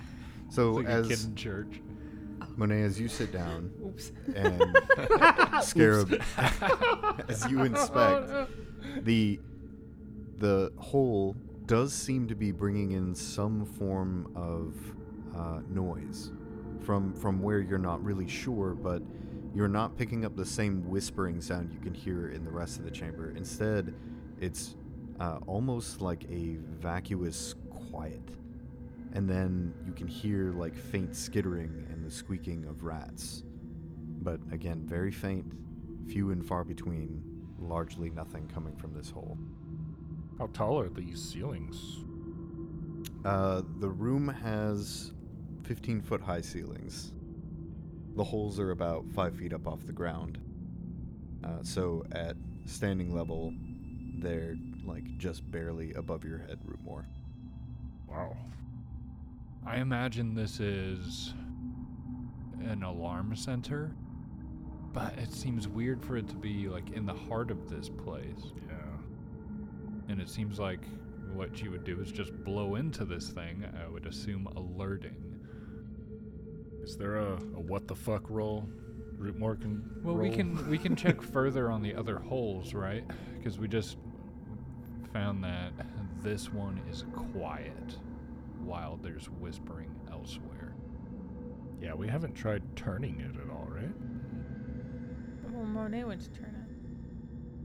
S2: So
S1: It's like a kid
S2: as
S1: in church.
S2: Monet, as you
S1: *laughs*
S2: sit down
S7: Oops.
S2: and Scarab, *laughs* as you
S1: *laughs*
S2: inspect
S3: uh,
S2: the the hole, does seem to be bringing in some form of uh, noise from from where you're not really sure, but you're not picking up the same whispering sound you can hear in the rest of the chamber. Instead, it's uh, almost like a vacuous quiet. And then you can hear like faint skittering and the squeaking of rats. But again, very faint, few and far between, largely nothing coming from this hole.
S6: how tall are these ceilings?
S2: Uh, the room has 15 foot high ceilings. The holes are about 5 feet up off the ground. Uh, so at standing level, they're like just barely above your head, root more.
S6: Wow.
S1: I imagine this is an alarm center, but it seems weird for it to be like in the heart of this place.
S6: Yeah.
S1: And it seems like what you would do is just blow into this thing. I would assume alerting.
S6: Is there a, a what the fuck roll? Rootmore can.
S1: Well, we
S6: roll?
S1: can we can check further on the other holes, right? Because we just found that this one is quiet, while there's whispering elsewhere.
S6: Yeah, we haven't tried turning it at all, right?
S7: Well, Monet went to turn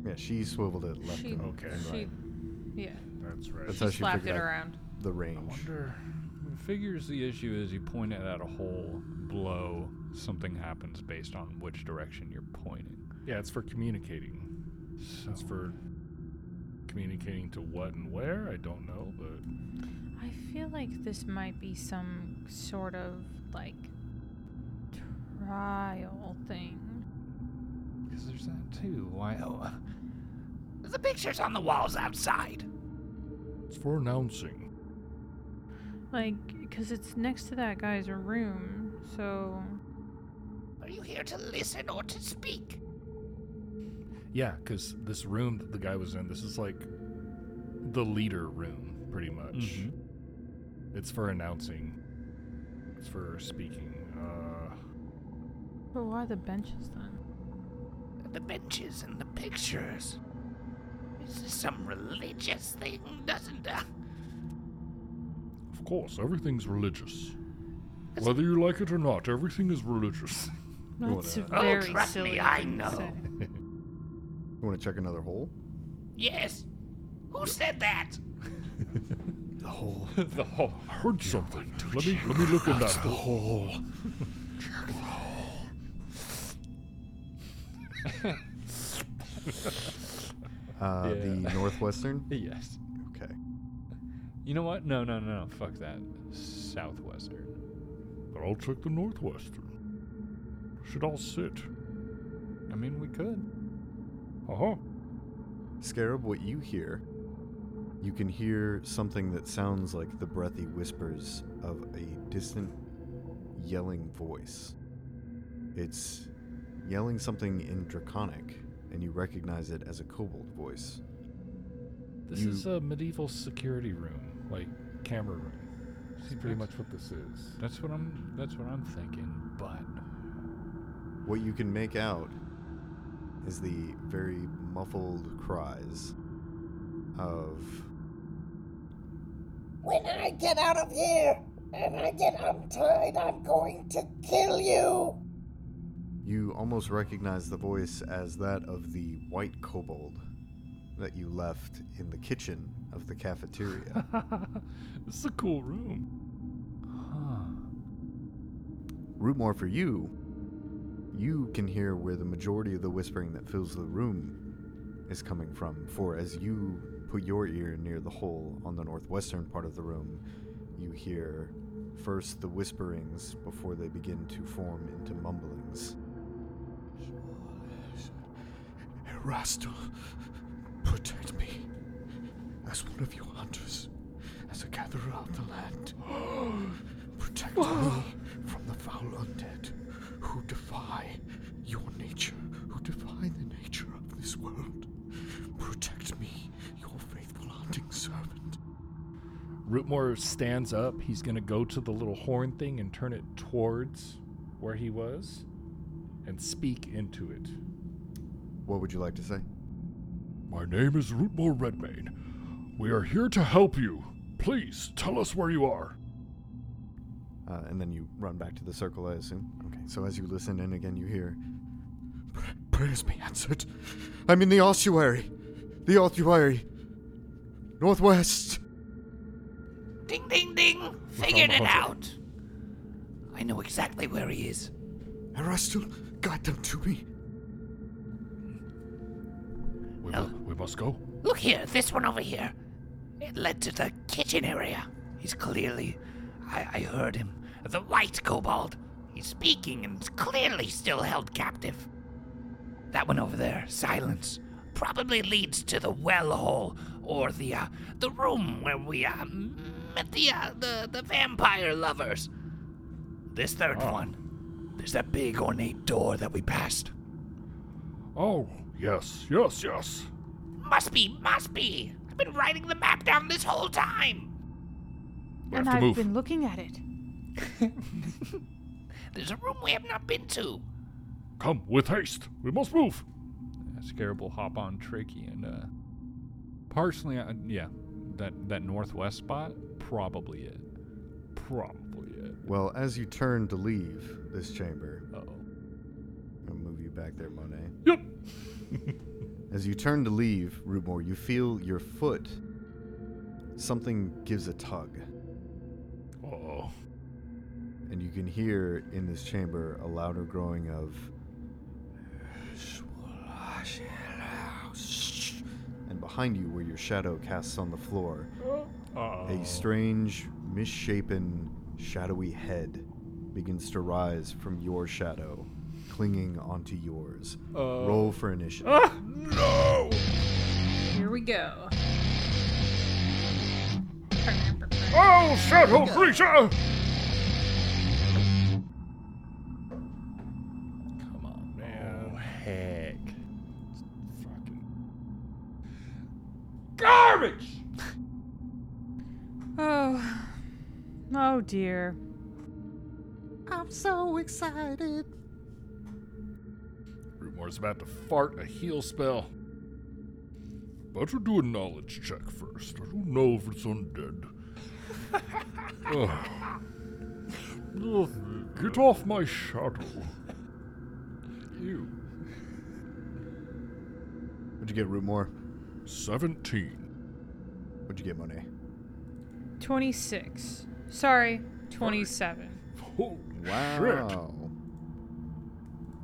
S2: Yeah, she swiveled it left
S7: She-
S2: and
S6: Okay.
S2: and
S7: it. She,
S2: right.
S7: yeah.
S6: That's right.
S2: That's
S7: She
S2: how she
S7: slapped it
S2: figured out
S7: around.
S2: the
S6: I
S2: range.
S6: wonder.
S1: Figures the issue is you point it at a hole, blow, something happens based on which direction you're pointing.
S6: Yeah, it's for communicating.
S1: So
S6: It's for communicating to what and where. I don't know, but
S3: I feel like this might be some sort of like trial thing.
S1: because there's that too. Why? Oh, *laughs* uh,
S4: The picture's on the walls outside.
S6: it's for announcing.
S3: Like, because it's next to that guy's room, so.
S4: Are you here to listen or to speak?
S6: Yeah, because this room that the guy was in, this is like the leader room, pretty much.
S1: Mhm.
S6: It's for announcing. It's for speaking. Uh,
S3: But why the benches then?
S4: The benches and the pictures. Is this some religious thing? Doesn't. Uh,
S6: of course, everything's religious. Whether you like it or not, everything is *laughs* religious.
S3: That's
S2: wanna-
S4: Oh,
S3: very
S4: trust
S3: silly.
S4: me, I
S3: thing to
S4: know.
S3: say.
S2: You want to check another hole?
S4: yes. Who said that?
S2: The hole.
S1: the hole.
S6: I heard something. Let me let me look in that
S2: hole. uh, The
S1: Yeah.
S2: northwestern?
S6: *laughs*
S1: Yes.
S2: Uh, Okay.
S1: You You know what? No, no, no, no. Fuck that. Southwestern.
S6: But I'll check the Northwestern. Should all sit.
S1: I mean, we could.
S6: Uh huh.
S2: Scarab, what you hear, you can hear something that sounds like the breathy whispers of a distant yelling voice. It's yelling something in Draconic, and you recognize it as a kobold voice.
S6: This
S2: You-
S6: is a medieval security room, like camera room. This is pretty much what this is.
S1: That's what I'm. That's what I'm thinking. But
S2: What you can make out is the very muffled cries of
S9: When I get out of here and I get untied, I'm going to kill you.
S2: you almost recognize the voice as that of the white kobold that you left in the kitchen of the cafeteria.
S6: *laughs* this is a cool room.
S2: Root more for you, you can hear where the majority of the whispering that fills the room is coming from. For as you put your ear near the hole on the northwestern part of the room, you hear first the whisperings before they begin to form into mumblings.
S10: Erastor, protect me. As one of your hunters, as a gatherer of the land, protect me from the foul undead who defy your nature, who defy the nature of this world. Protect me, your faithful hunting servant.
S6: Rootmore stands up. He's going to go to the little horn thing and turn it towards where he was and speak into it.
S2: What would you like to say?
S6: My name is Rootmore Redmane. We are here to help you. Please tell us where you are.
S2: Uh, and then you run back to the circle, I assume. Okay, so as you listen in again, you hear
S10: Pr- prayers be answered. I'm in the ossuary, the ossuary, northwest.
S4: Ding, ding, ding! Figured it out! I know exactly where he is.
S10: Erastor, guide them to me.
S6: We,
S4: Uh.
S6: mu- we must go.
S4: Look here, this one over here. It led to the kitchen area. He's clearly. I, I heard him. The white kobold. He's speaking and is clearly still held captive. That one over there, silence, probably leads to the well hole or the uh, the room where we uh, met the, uh, the the vampire lovers. This third one, there's that big ornate door that we passed.
S6: Oh, yes, yes, yes.
S4: Must be, must be. I've been writing the map down this whole time.
S6: We
S3: And
S6: have to
S3: I've
S6: move.
S3: been looking at it.
S4: There's a room we have not been to.
S6: Come with haste. We must move.
S1: uh, Scarab will hop on Tricky and uh, personally, I, yeah, that that northwest spot probably it. Probably it.
S2: Well, as you turn to leave this chamber,
S1: Uh oh.
S2: I'll move you back there, Monet.
S6: Yep.
S2: *laughs* As you turn to leave, Rootmore, you feel your foot. Something gives a tug,
S6: Oh,
S2: and you can hear in this chamber a louder growing of. And behind you, where your shadow casts on the floor, a strange, misshapen, shadowy head begins to rise from your shadow, clinging onto yours. Roll for initiative.
S7: Here we go.
S6: oh, shadow creature! Come on, man. Oh, heck. Fucking garbage.
S7: Oh. Oh dear.
S10: I'm so excited.
S6: Rootmore's about to fart a heal spell. Better do a knowledge check first. I don't know if it's *laughs* undead. Ugh. Ugh, Get off my shadow.
S1: You.
S2: What'd you get, Rootmore?
S6: 17.
S2: What'd you get, Monet?
S7: 26. Sorry, 27.
S6: Holy
S2: Wow.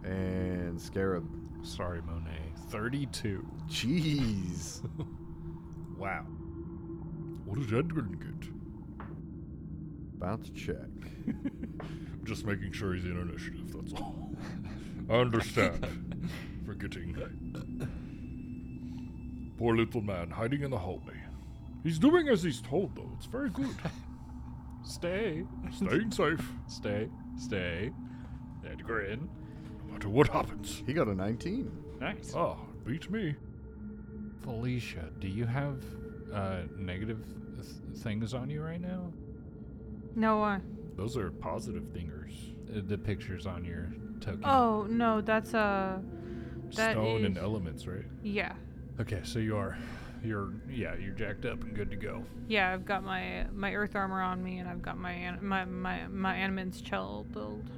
S2: And Scarab.
S1: Sorry,
S2: *laughs*
S1: Monet. Thirty-two.
S2: Jeez.
S6: Wow. What does Edwin get?
S2: About to check.
S6: Just making sure he's in initiative, that's all.
S1: *laughs*
S6: I understand. Forgetting. Poor little man hiding in the hallway. He's doing as he's told, though. It's very good.
S1: Stay.
S6: Staying safe,
S1: *laughs* Stay. Stay. And grin.
S6: no matter what happens.
S2: He got a 19.
S1: Nice.
S6: Ah, beat me.
S1: Felicia, do you have uh, negative th- things on you right now?
S3: No, uh.
S6: Those are positive thingers.
S1: Uh, the pictures on your token.
S3: Oh, no, that's uh. That
S6: Stone and
S3: is-
S6: elements, right?
S3: Yeah.
S1: Okay, so you are, you're, yeah, you're jacked up and good to go.
S3: Yeah, I've got my my earth armor on me, and I've got my an- my my my animan's shell build.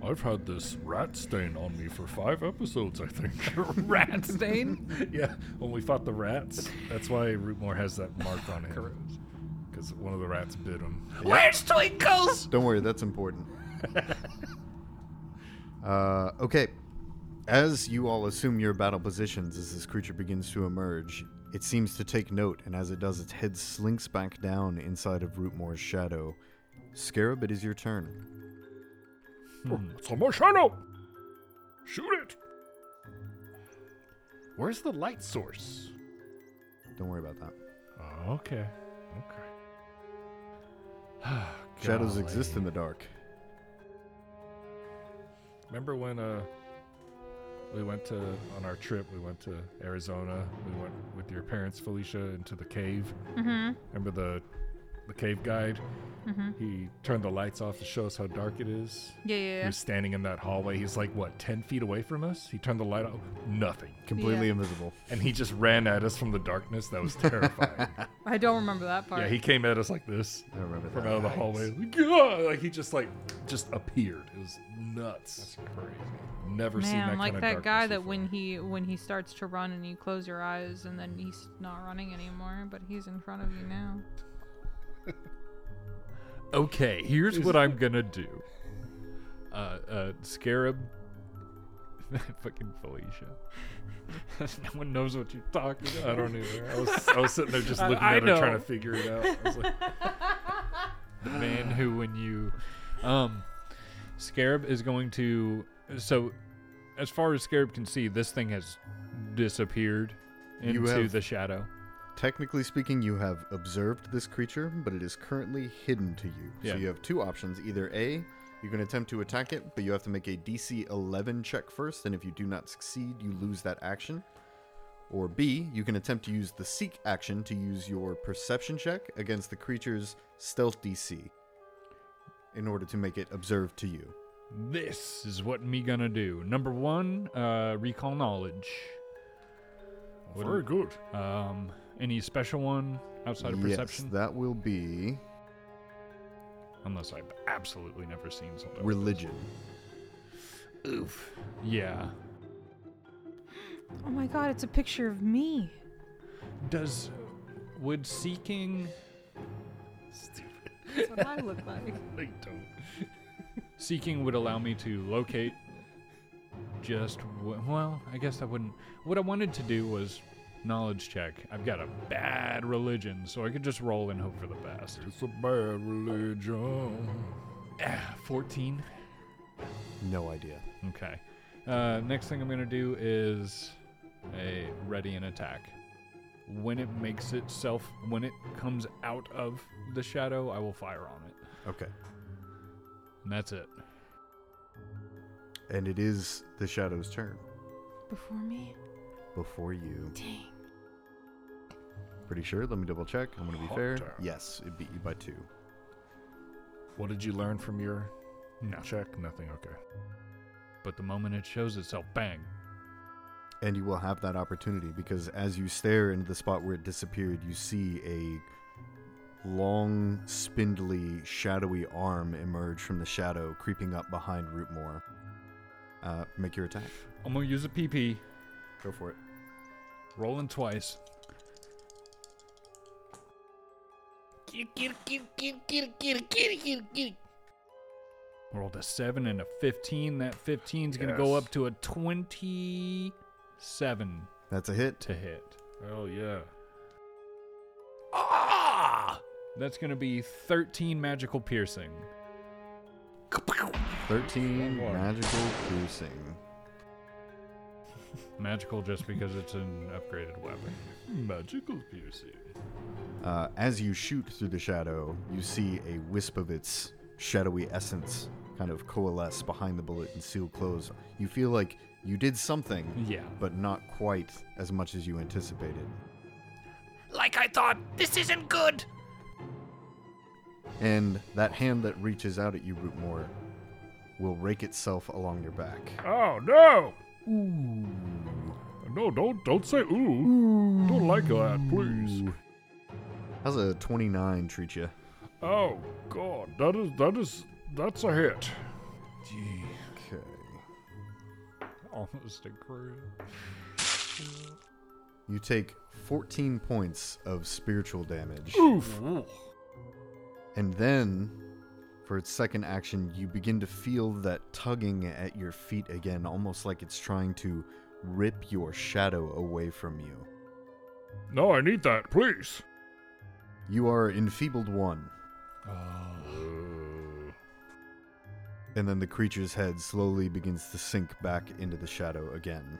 S6: I've had this rat stain on me for five episodes, I think.
S1: *laughs*
S6: *laughs*
S1: Rat stain.
S6: yeah, when we fought the rats, that's why Rootmore has that mark on him. Because one of the rats bit him.
S4: Where's Twinkles?
S2: Don't worry, that's important. uh, okay. As you all assume your battle positions as this creature begins to emerge, it seems to take note, and as it does, its head slinks back down inside of Rootmore's shadow. Scarab, it is your turn.
S1: Hmm.
S6: It's on my shadow! Shoot it! Where's the light source?
S2: Don't worry about that.
S1: Oh,
S6: Okay. Okay.
S2: Shadows exist in the dark.
S6: Remember when uh we went to on our trip, we went to Arizona. We went with your parents, Felicia, into the cave.
S3: Mm-hmm.
S6: Remember the the cave guide?
S3: Mm-hmm.
S6: He turned the lights off to show us how dark it is.
S3: Yeah,
S6: He
S3: yeah,
S6: was standing in that hallway. He's like, what, 10 feet away from us? He turned the light off. Nothing.
S2: Completely invisible.
S6: And he just ran at us from the darkness. That
S3: *laughs*
S6: was terrifying.
S7: I don't remember that part.
S6: yeah, he came at us like this
S2: I remember
S6: from
S2: that.
S6: out of the hallway. Like, "Gah!" like, he just, like, just appeared. It was nuts.
S1: Crazy.
S6: Never
S3: yeah.
S6: seen that
S3: Man,
S6: kind
S3: like
S6: of
S3: that guy
S6: darkness
S3: that
S6: before.
S3: when he when he starts to run and you close your eyes and then he's not running anymore, but he's in front of you now.
S1: Okay, here's what I'm gonna do. Uh, uh, Scarab, *laughs* fucking Felicia. *laughs* no one knows what you're talking *laughs* about.
S6: I don't either. I was, I was sitting there
S1: *laughs*
S6: just
S1: I-
S6: looking
S1: I
S6: at her,
S1: know.
S6: trying to figure it out. I was
S1: *laughs*
S6: like,
S1: the man who when you um scarab is going to so as far as scarab can see this thing has disappeared
S2: You
S1: into
S2: have-
S1: the shadow
S2: Technically speaking, you have observed this creature, but it is currently hidden to you.
S1: Yeah.
S2: So you have two options. Either A, you can attempt to attack it, but you have to make a DC 11 check first, and if you do not succeed, you lose that action. Or B, you can attempt to use the seek action to use your perception check against the creature's stealth DC in order to make it observed to you.
S1: this is what me gonna do number one uh recall knowledge
S6: very good.
S1: um any special one outside of perception
S2: Yes, that will be
S1: unless i've absolutely never seen something like this.
S2: religion.
S4: Oof.
S1: yeah
S3: Oh my God, it's a picture of me.
S1: does would seeking
S7: That's what I
S3: *laughs*
S7: look like.
S1: Seeking would allow me to locate just w- well, I guess I wouldn't. What I wanted to do was knowledge check. I've got a bad religion, so I could just roll and hope for the best.
S6: It's a bad religion.
S1: Ah, 14.
S2: No idea.
S1: Okay. Uh, next thing I'm going to do is a ready an attack. When it makes itself, when it comes out of the shadow, I will fire on it.
S2: Okay.
S1: And that's it.
S2: And it is the shadow's turn
S3: Before me?
S2: before you.
S3: Dang.
S2: Pretty sure. Let me double check. I'm gonna be
S6: Hot
S2: fair.
S6: dog.
S2: Yes, it beat you by two.
S6: What did you learn from your
S1: No.
S6: check? Nothing. Okay.
S1: But the moment it shows itself, bang.
S2: And you will have that opportunity because as you stare into the spot where it disappeared, you see a long, spindly, shadowy arm emerge from the shadow, creeping up behind Rootmore. Uh, make your attack.
S1: I'm going to use a PP.
S2: Go for it.
S1: Rolling twice.
S4: Kir, kir, kir, kir, kir, kir, kir, kir, kir.
S1: Rolled a 7 and a 15. That 15's going to go
S6: Yes.
S1: up to a 27
S2: That's a hit.
S1: to hit.
S6: Hell yeah.
S4: Ah!
S1: That's going to be 13 magical piercing.
S2: 13
S6: more.
S2: magical piercing.
S1: Magical just because it's an upgraded weapon.
S6: Magical piercing.
S2: Uh, as you shoot through the shadow, you see a wisp of its shadowy essence kind of coalesce behind the bullet and seal close. You feel like you did
S1: *laughs*
S2: something,
S1: Yeah.
S2: but not quite as much as you anticipated.
S4: Like I thought, this isn't good.
S2: And that hand that reaches out at you, Rootmore, will rake itself along your back.
S6: Oh no! Ooh. No, don't don't say ooh. Don't like that, please.
S2: How's a 29 treat you?
S6: Oh god, that is that is that's a hit.
S2: Okay.
S1: Almost a crit.
S2: You take 14 points of spiritual damage.
S6: Oof.
S2: And then, for its second action, you begin to feel that tugging at your feet again, almost like it's trying to rip your shadow away from you.
S6: No, I need that, please.
S2: You are enfeebled one,
S6: Ah. Uh,
S2: and then the creature's head slowly begins to sink back into the shadow again.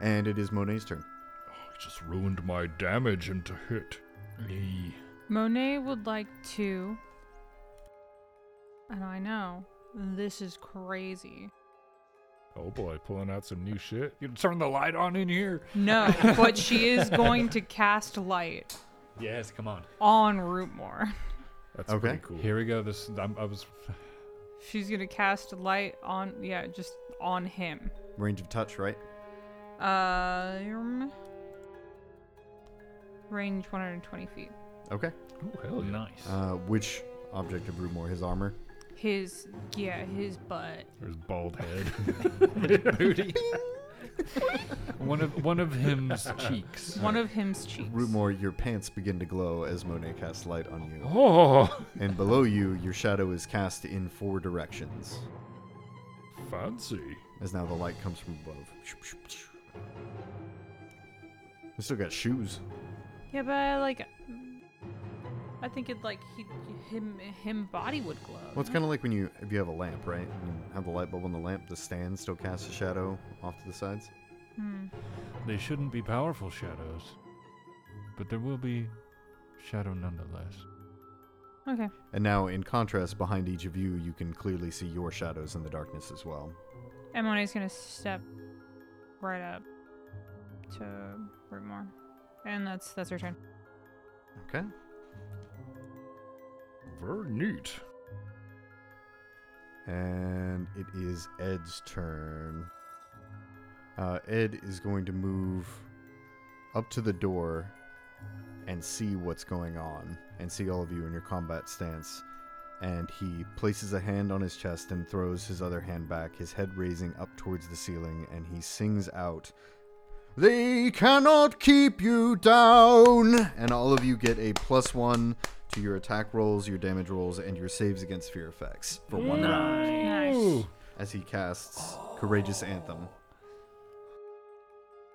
S2: And it is Monet's turn.
S6: it just ruined my damage into hit. Eh.
S3: Monet would like to. And I know, this is crazy.
S6: Oh boy, pulling out some new shit.
S1: You can turn the light on in here.
S3: *laughs* No, but she is going to cast light
S1: Yes, come on.
S3: on Rootmore.
S6: That's
S2: Okay.
S6: pretty cool.
S1: Here we go. This I'm, I was
S3: She's gonna cast light on, yeah, just on him.
S2: Range of touch, right?
S3: Um, range 120 feet.
S2: Okay.
S1: oh, hell nice.
S2: Uh, which object of Brewmore? His armor?
S3: His, yeah, his butt.
S6: There's bald *laughs* head.
S1: Booty. one of one of
S6: *laughs*
S1: him's cheeks.
S3: One of him's cheeks.
S2: Brewmore, your pants begin to glow as Monet casts light on you.
S6: oh,
S2: *laughs* And below you, your shadow is cast in four directions.
S6: fancy.
S2: as now the light comes from above. We still got shoes.
S3: Yeah, but like, I think it like he, him, him body would glow.
S2: Well, it's kind of like when you if you have a lamp, right? And you have the light bulb on the lamp. The stand still casts a shadow off to the sides.
S3: Hmm.
S1: They shouldn't be powerful shadows, but there will be shadow nonetheless.
S3: Okay.
S2: And now, in contrast, behind each of you, you can clearly see your shadows in the darkness as well.
S3: And Monet's gonna step right up to Rootmore, and that's that's her turn.
S2: Okay.
S6: Very neat.
S2: And it is Ed's turn. Uh, Ed is going to move up to the door and see what's going on and see all of you in your combat stance. And he places a hand on his chest and throws his other hand back, his head raising up towards the ceiling, and he sings out, They cannot keep you down! And all of you get a plus one to your attack rolls, your damage rolls, and your saves against fear effects for one round
S3: Nice.
S2: as he casts Courageous Anthem.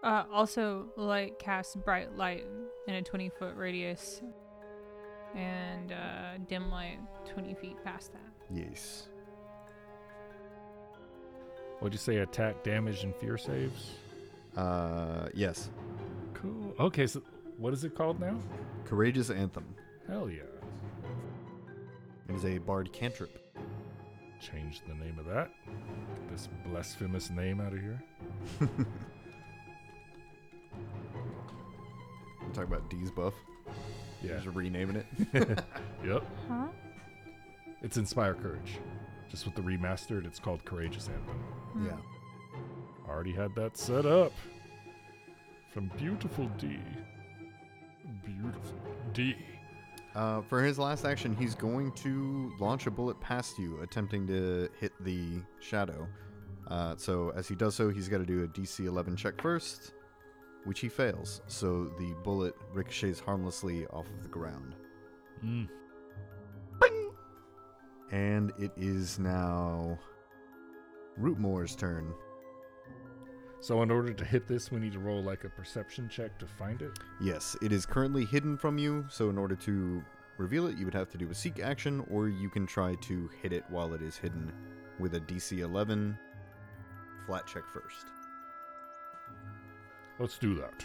S3: Uh, also, light casts bright light in a 20 foot radius, and uh, dim light 20 feet past that.
S2: Yes.
S6: What'd you say? Attack, damage, and fear saves.
S2: Uh, yes.
S6: Cool. Okay, so what is it called now?
S2: Courageous Anthem.
S6: Hell yeah.
S2: It is a bard cantrip.
S6: Change the name of that. Get this blasphemous name out of here.
S2: I'm talking about D's buff.
S6: Yeah.
S2: Just renaming *laughs* it.
S6: Yep.
S3: Huh?
S6: It's Inspire Courage. Just with the remastered, it's called Courageous Anthem.
S2: Yeah.
S6: Already had that set up. From beautiful D. Beautiful D.
S2: Uh, for his last action, he's going to launch a bullet past you, attempting to hit the shadow. Uh, so as he does so, he's got to do a DC 11 check first, which he fails. So the bullet ricochets harmlessly off of the ground.
S1: Mm.
S2: And it is now Rootmore's turn.
S6: So, in order to hit this, we need to roll like a perception check to find it.
S2: Yes, it is currently hidden from you, so in order to reveal it, you would have to do a seek action, or you can try to hit it while it is hidden with a DC 11 flat check first.
S6: Let's do that.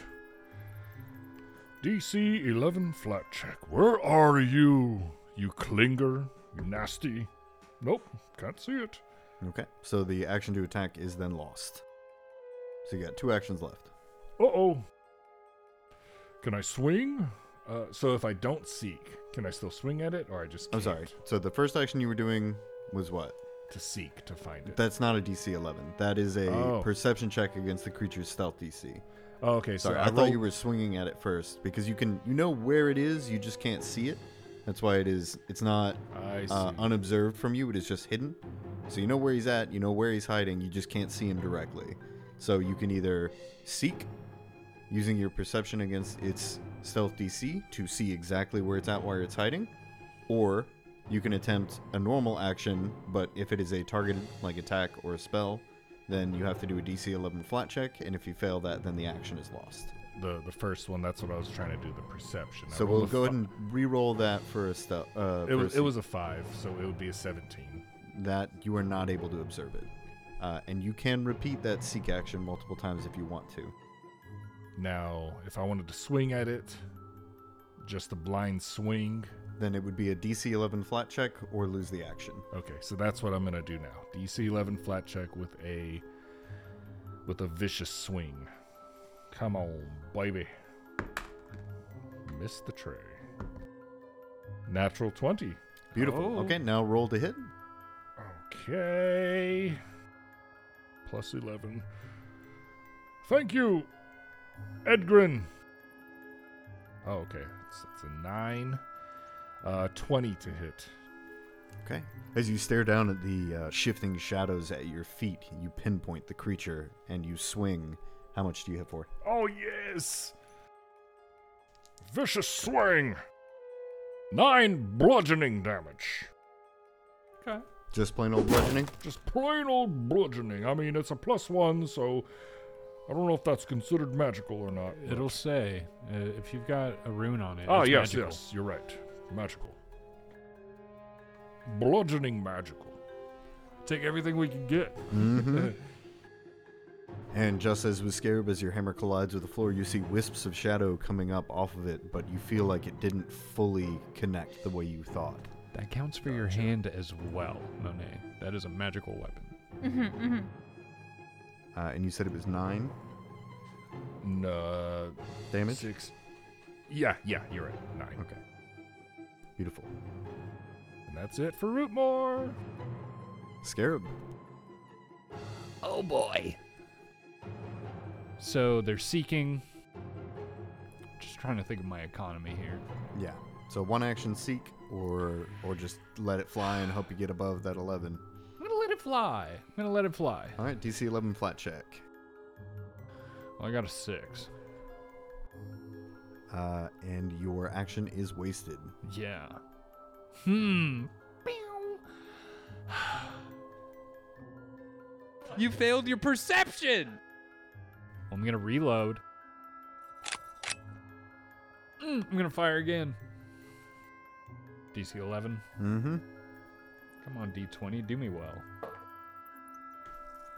S6: DC 11 flat check. Where are you, you clinger? You nasty. Nope, can't see it.
S2: Okay, so the action to attack is then lost. So you got two actions left.
S6: Uh oh. Can I swing? Uh, so if I don't seek, can I still swing at it, or I just?
S2: I'm
S6: Can't
S2: sorry. So the first action you were doing was what?
S6: To seek to find it.
S2: That's not a DC 11. That is a
S6: Oh.
S2: perception check against the creature's stealth DC.
S6: oh, okay,
S2: Sorry,
S6: so
S2: I,
S6: I,
S2: thought
S6: rolled,
S2: you were swinging at it first because you can you know where it is, you just can't see it. That's why it is it's not
S6: I see.
S2: uh, unobserved from you, it is just hidden. So you know where he's at, you know where he's hiding, you just can't see him directly. So you can either seek using your perception against its stealth DC to see exactly where it's at while it's hiding, or you can attempt a normal action, but if it is a targeted like attack or a spell, then you have to do a DC 11 flat check, and if you fail that, then the action is lost.
S6: the the first one. That's what I was trying to do. The perception. I
S2: So
S6: rolled
S2: we'll
S6: a
S2: go ahead
S6: fi-
S2: and re-roll that for a stealth. Uh,
S6: It
S2: for a
S6: was it
S2: sneak
S6: was a five, so it would be a seventeen.
S2: that you are not able to observe it. Uh, and you can repeat that seek action multiple times if you want to.
S6: Now, if I wanted to swing at it, just a blind swing.
S2: Then it would be a DC 11 flat check or lose the action.
S6: Okay, so that's what I'm gonna do now. DC 11 flat check with a with a vicious swing. Come on, baby. Miss the tray. Natural 20.
S2: Beautiful.
S1: Oh.
S2: Okay, now roll to hit.
S6: Okay. Plus 11. Thank you, Edgren. Oh, okay. It's, it's a 9. Uh, 20 to hit.
S2: Okay. As you stare down at the uh, shifting shadows at your feet, you pinpoint the creature and you swing. How much do you hit for?
S6: Oh, yes! Vicious swing! Nine bludgeoning damage.
S7: Okay.
S2: Just plain old bludgeoning?
S6: Just plain old bludgeoning. I mean, it's a plus one, so I don't know if that's considered magical or not. but-
S1: It'll say uh, if you've got a rune on it.
S6: Ah,
S1: it's
S6: yes,
S1: magical.
S6: yes, you're right. Magical. Bludgeoning magical. Take everything we can get. *laughs*
S2: Mhm. and just as with Scarab, as your hammer collides with the floor, you see wisps of shadow coming up off of it, but you feel like it didn't fully connect the way you thought.
S1: That counts for your hand as well, Monet. That is a magical weapon.
S7: Mm-hmm,
S2: Uh, and you said it was nine
S6: No.
S2: damage?
S6: Six. Yeah, yeah, you're right. Nine.
S2: Okay. Beautiful.
S6: And that's it for Rootmore.
S2: Scarab.
S4: Oh boy.
S1: So they're seeking. Just trying to think of my economy here.
S2: Yeah. So one action seek, or or just let it fly and hope you get above that eleven.
S1: I'm gonna let it fly. I'm gonna let it fly.
S2: All right, DC eleven flat check.
S1: Well, I got a six.
S2: Uh, and your action is wasted.
S1: Yeah. Hmm. *sighs* you failed your perception. I'm gonna reload. Mm, I'm gonna fire again. DC 11.
S2: Mm-hmm.
S1: Come on, D20, do me well.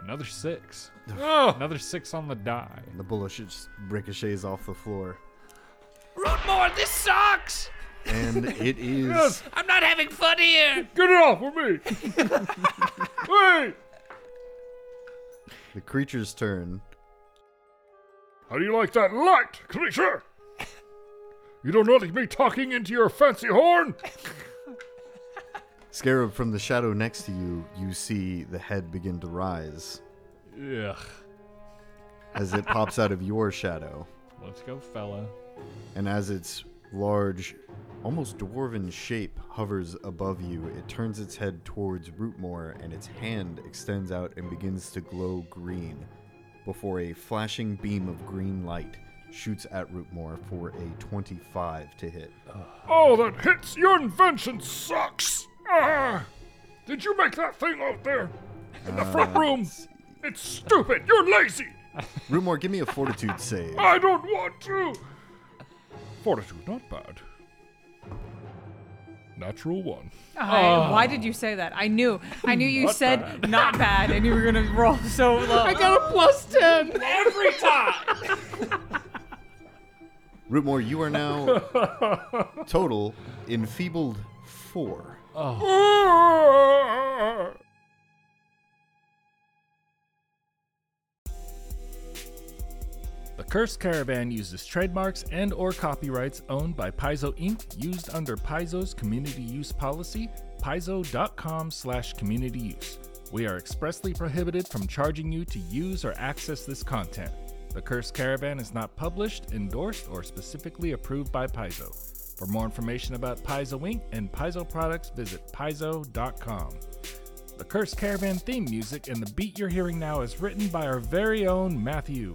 S1: Another six. Another six on the die.
S2: The bullet just ricochets off the floor,
S4: Rootmore, this sucks!
S2: *laughs* and it is
S6: Yes!
S4: I'm not having fun here!
S6: Get it off of me! *laughs* hey!
S2: the creature's turn.
S6: How do you like that light, creature? You don't like me talking into your fancy horn?
S2: Scarab, from the shadow next to you, you see the head begin to rise
S1: Ugh.
S2: as it pops out of your shadow.
S1: Let's go, fella.
S2: and as its large, almost dwarven shape hovers above you, it turns its head towards Rootmore and its hand extends out and begins to glow green before a flashing beam of green light shoots at Rootmore for a 25 to hit.
S6: Oh, that hits! Your invention sucks! Ah!
S1: Ah,
S6: Did you make that thing out there? In the front room? It's stupid! You're lazy!
S2: Rumor, give me a fortitude save.
S6: I don't want to. Fortitude, not bad. Natural one.
S7: Oh. I, why did you say that? I knew. I knew you said not bad, and you were gonna roll so low. *laughs* I got a plus ten.
S4: Every time!
S2: Rumor, you are now total enfeebled four.
S6: Ah! The Cursed Caravan uses trademarks and or copyrights owned by Paizo Inc. used under Paizo's community use policy, paizo.com slash community use. We are expressly prohibited from charging you to use or access this content. The Cursed Caravan is not published, endorsed, or specifically approved by Paizo. For more information about Paizo Inc. and Paizo products, visit paizo.com. The Cursed Caravan theme music and the beat you're hearing now is written by our very own Matthew.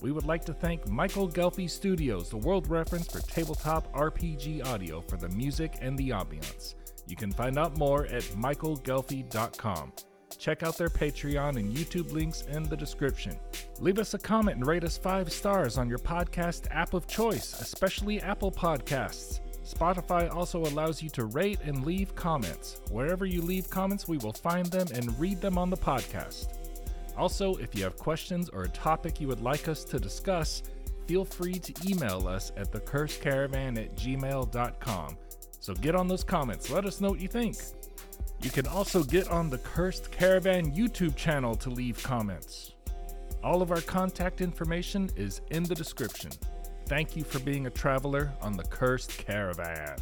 S6: We would like to thank Michael Gelfie Studios, the world reference for tabletop RPG audio, for the music and the ambiance. You can find out more at michaelgelfie.com. Check out their Patreon and YouTube links in the description. Leave us a comment and rate us five stars on your podcast app of choice, especially Apple Podcasts. Spotify also allows you to rate and leave comments. Wherever you leave comments, we will find them and read them on the podcast. Also, if you have questions or a topic you would like us to discuss, feel free to email us at thecursedcaravan at gmail.com. So get on those comments, let us know what you think. You can also get on the Cursed Caravan YouTube channel to leave comments. All of our contact information is in the description. Thank you for being a traveler on the Cursed Caravan.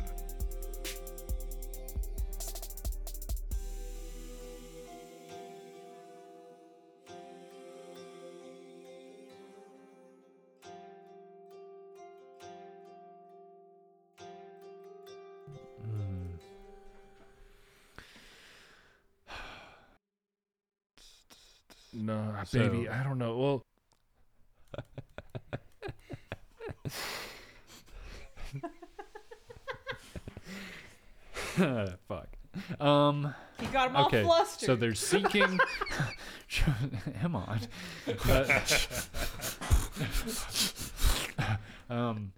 S6: No, baby,
S1: So-
S6: I don't know. Well,
S1: *laughs* Fuck. Um.
S7: He got him all
S1: Okay.
S7: flustered.
S1: So
S7: *laughs*
S1: they're seeking. Come on. Uh, *laughs* um.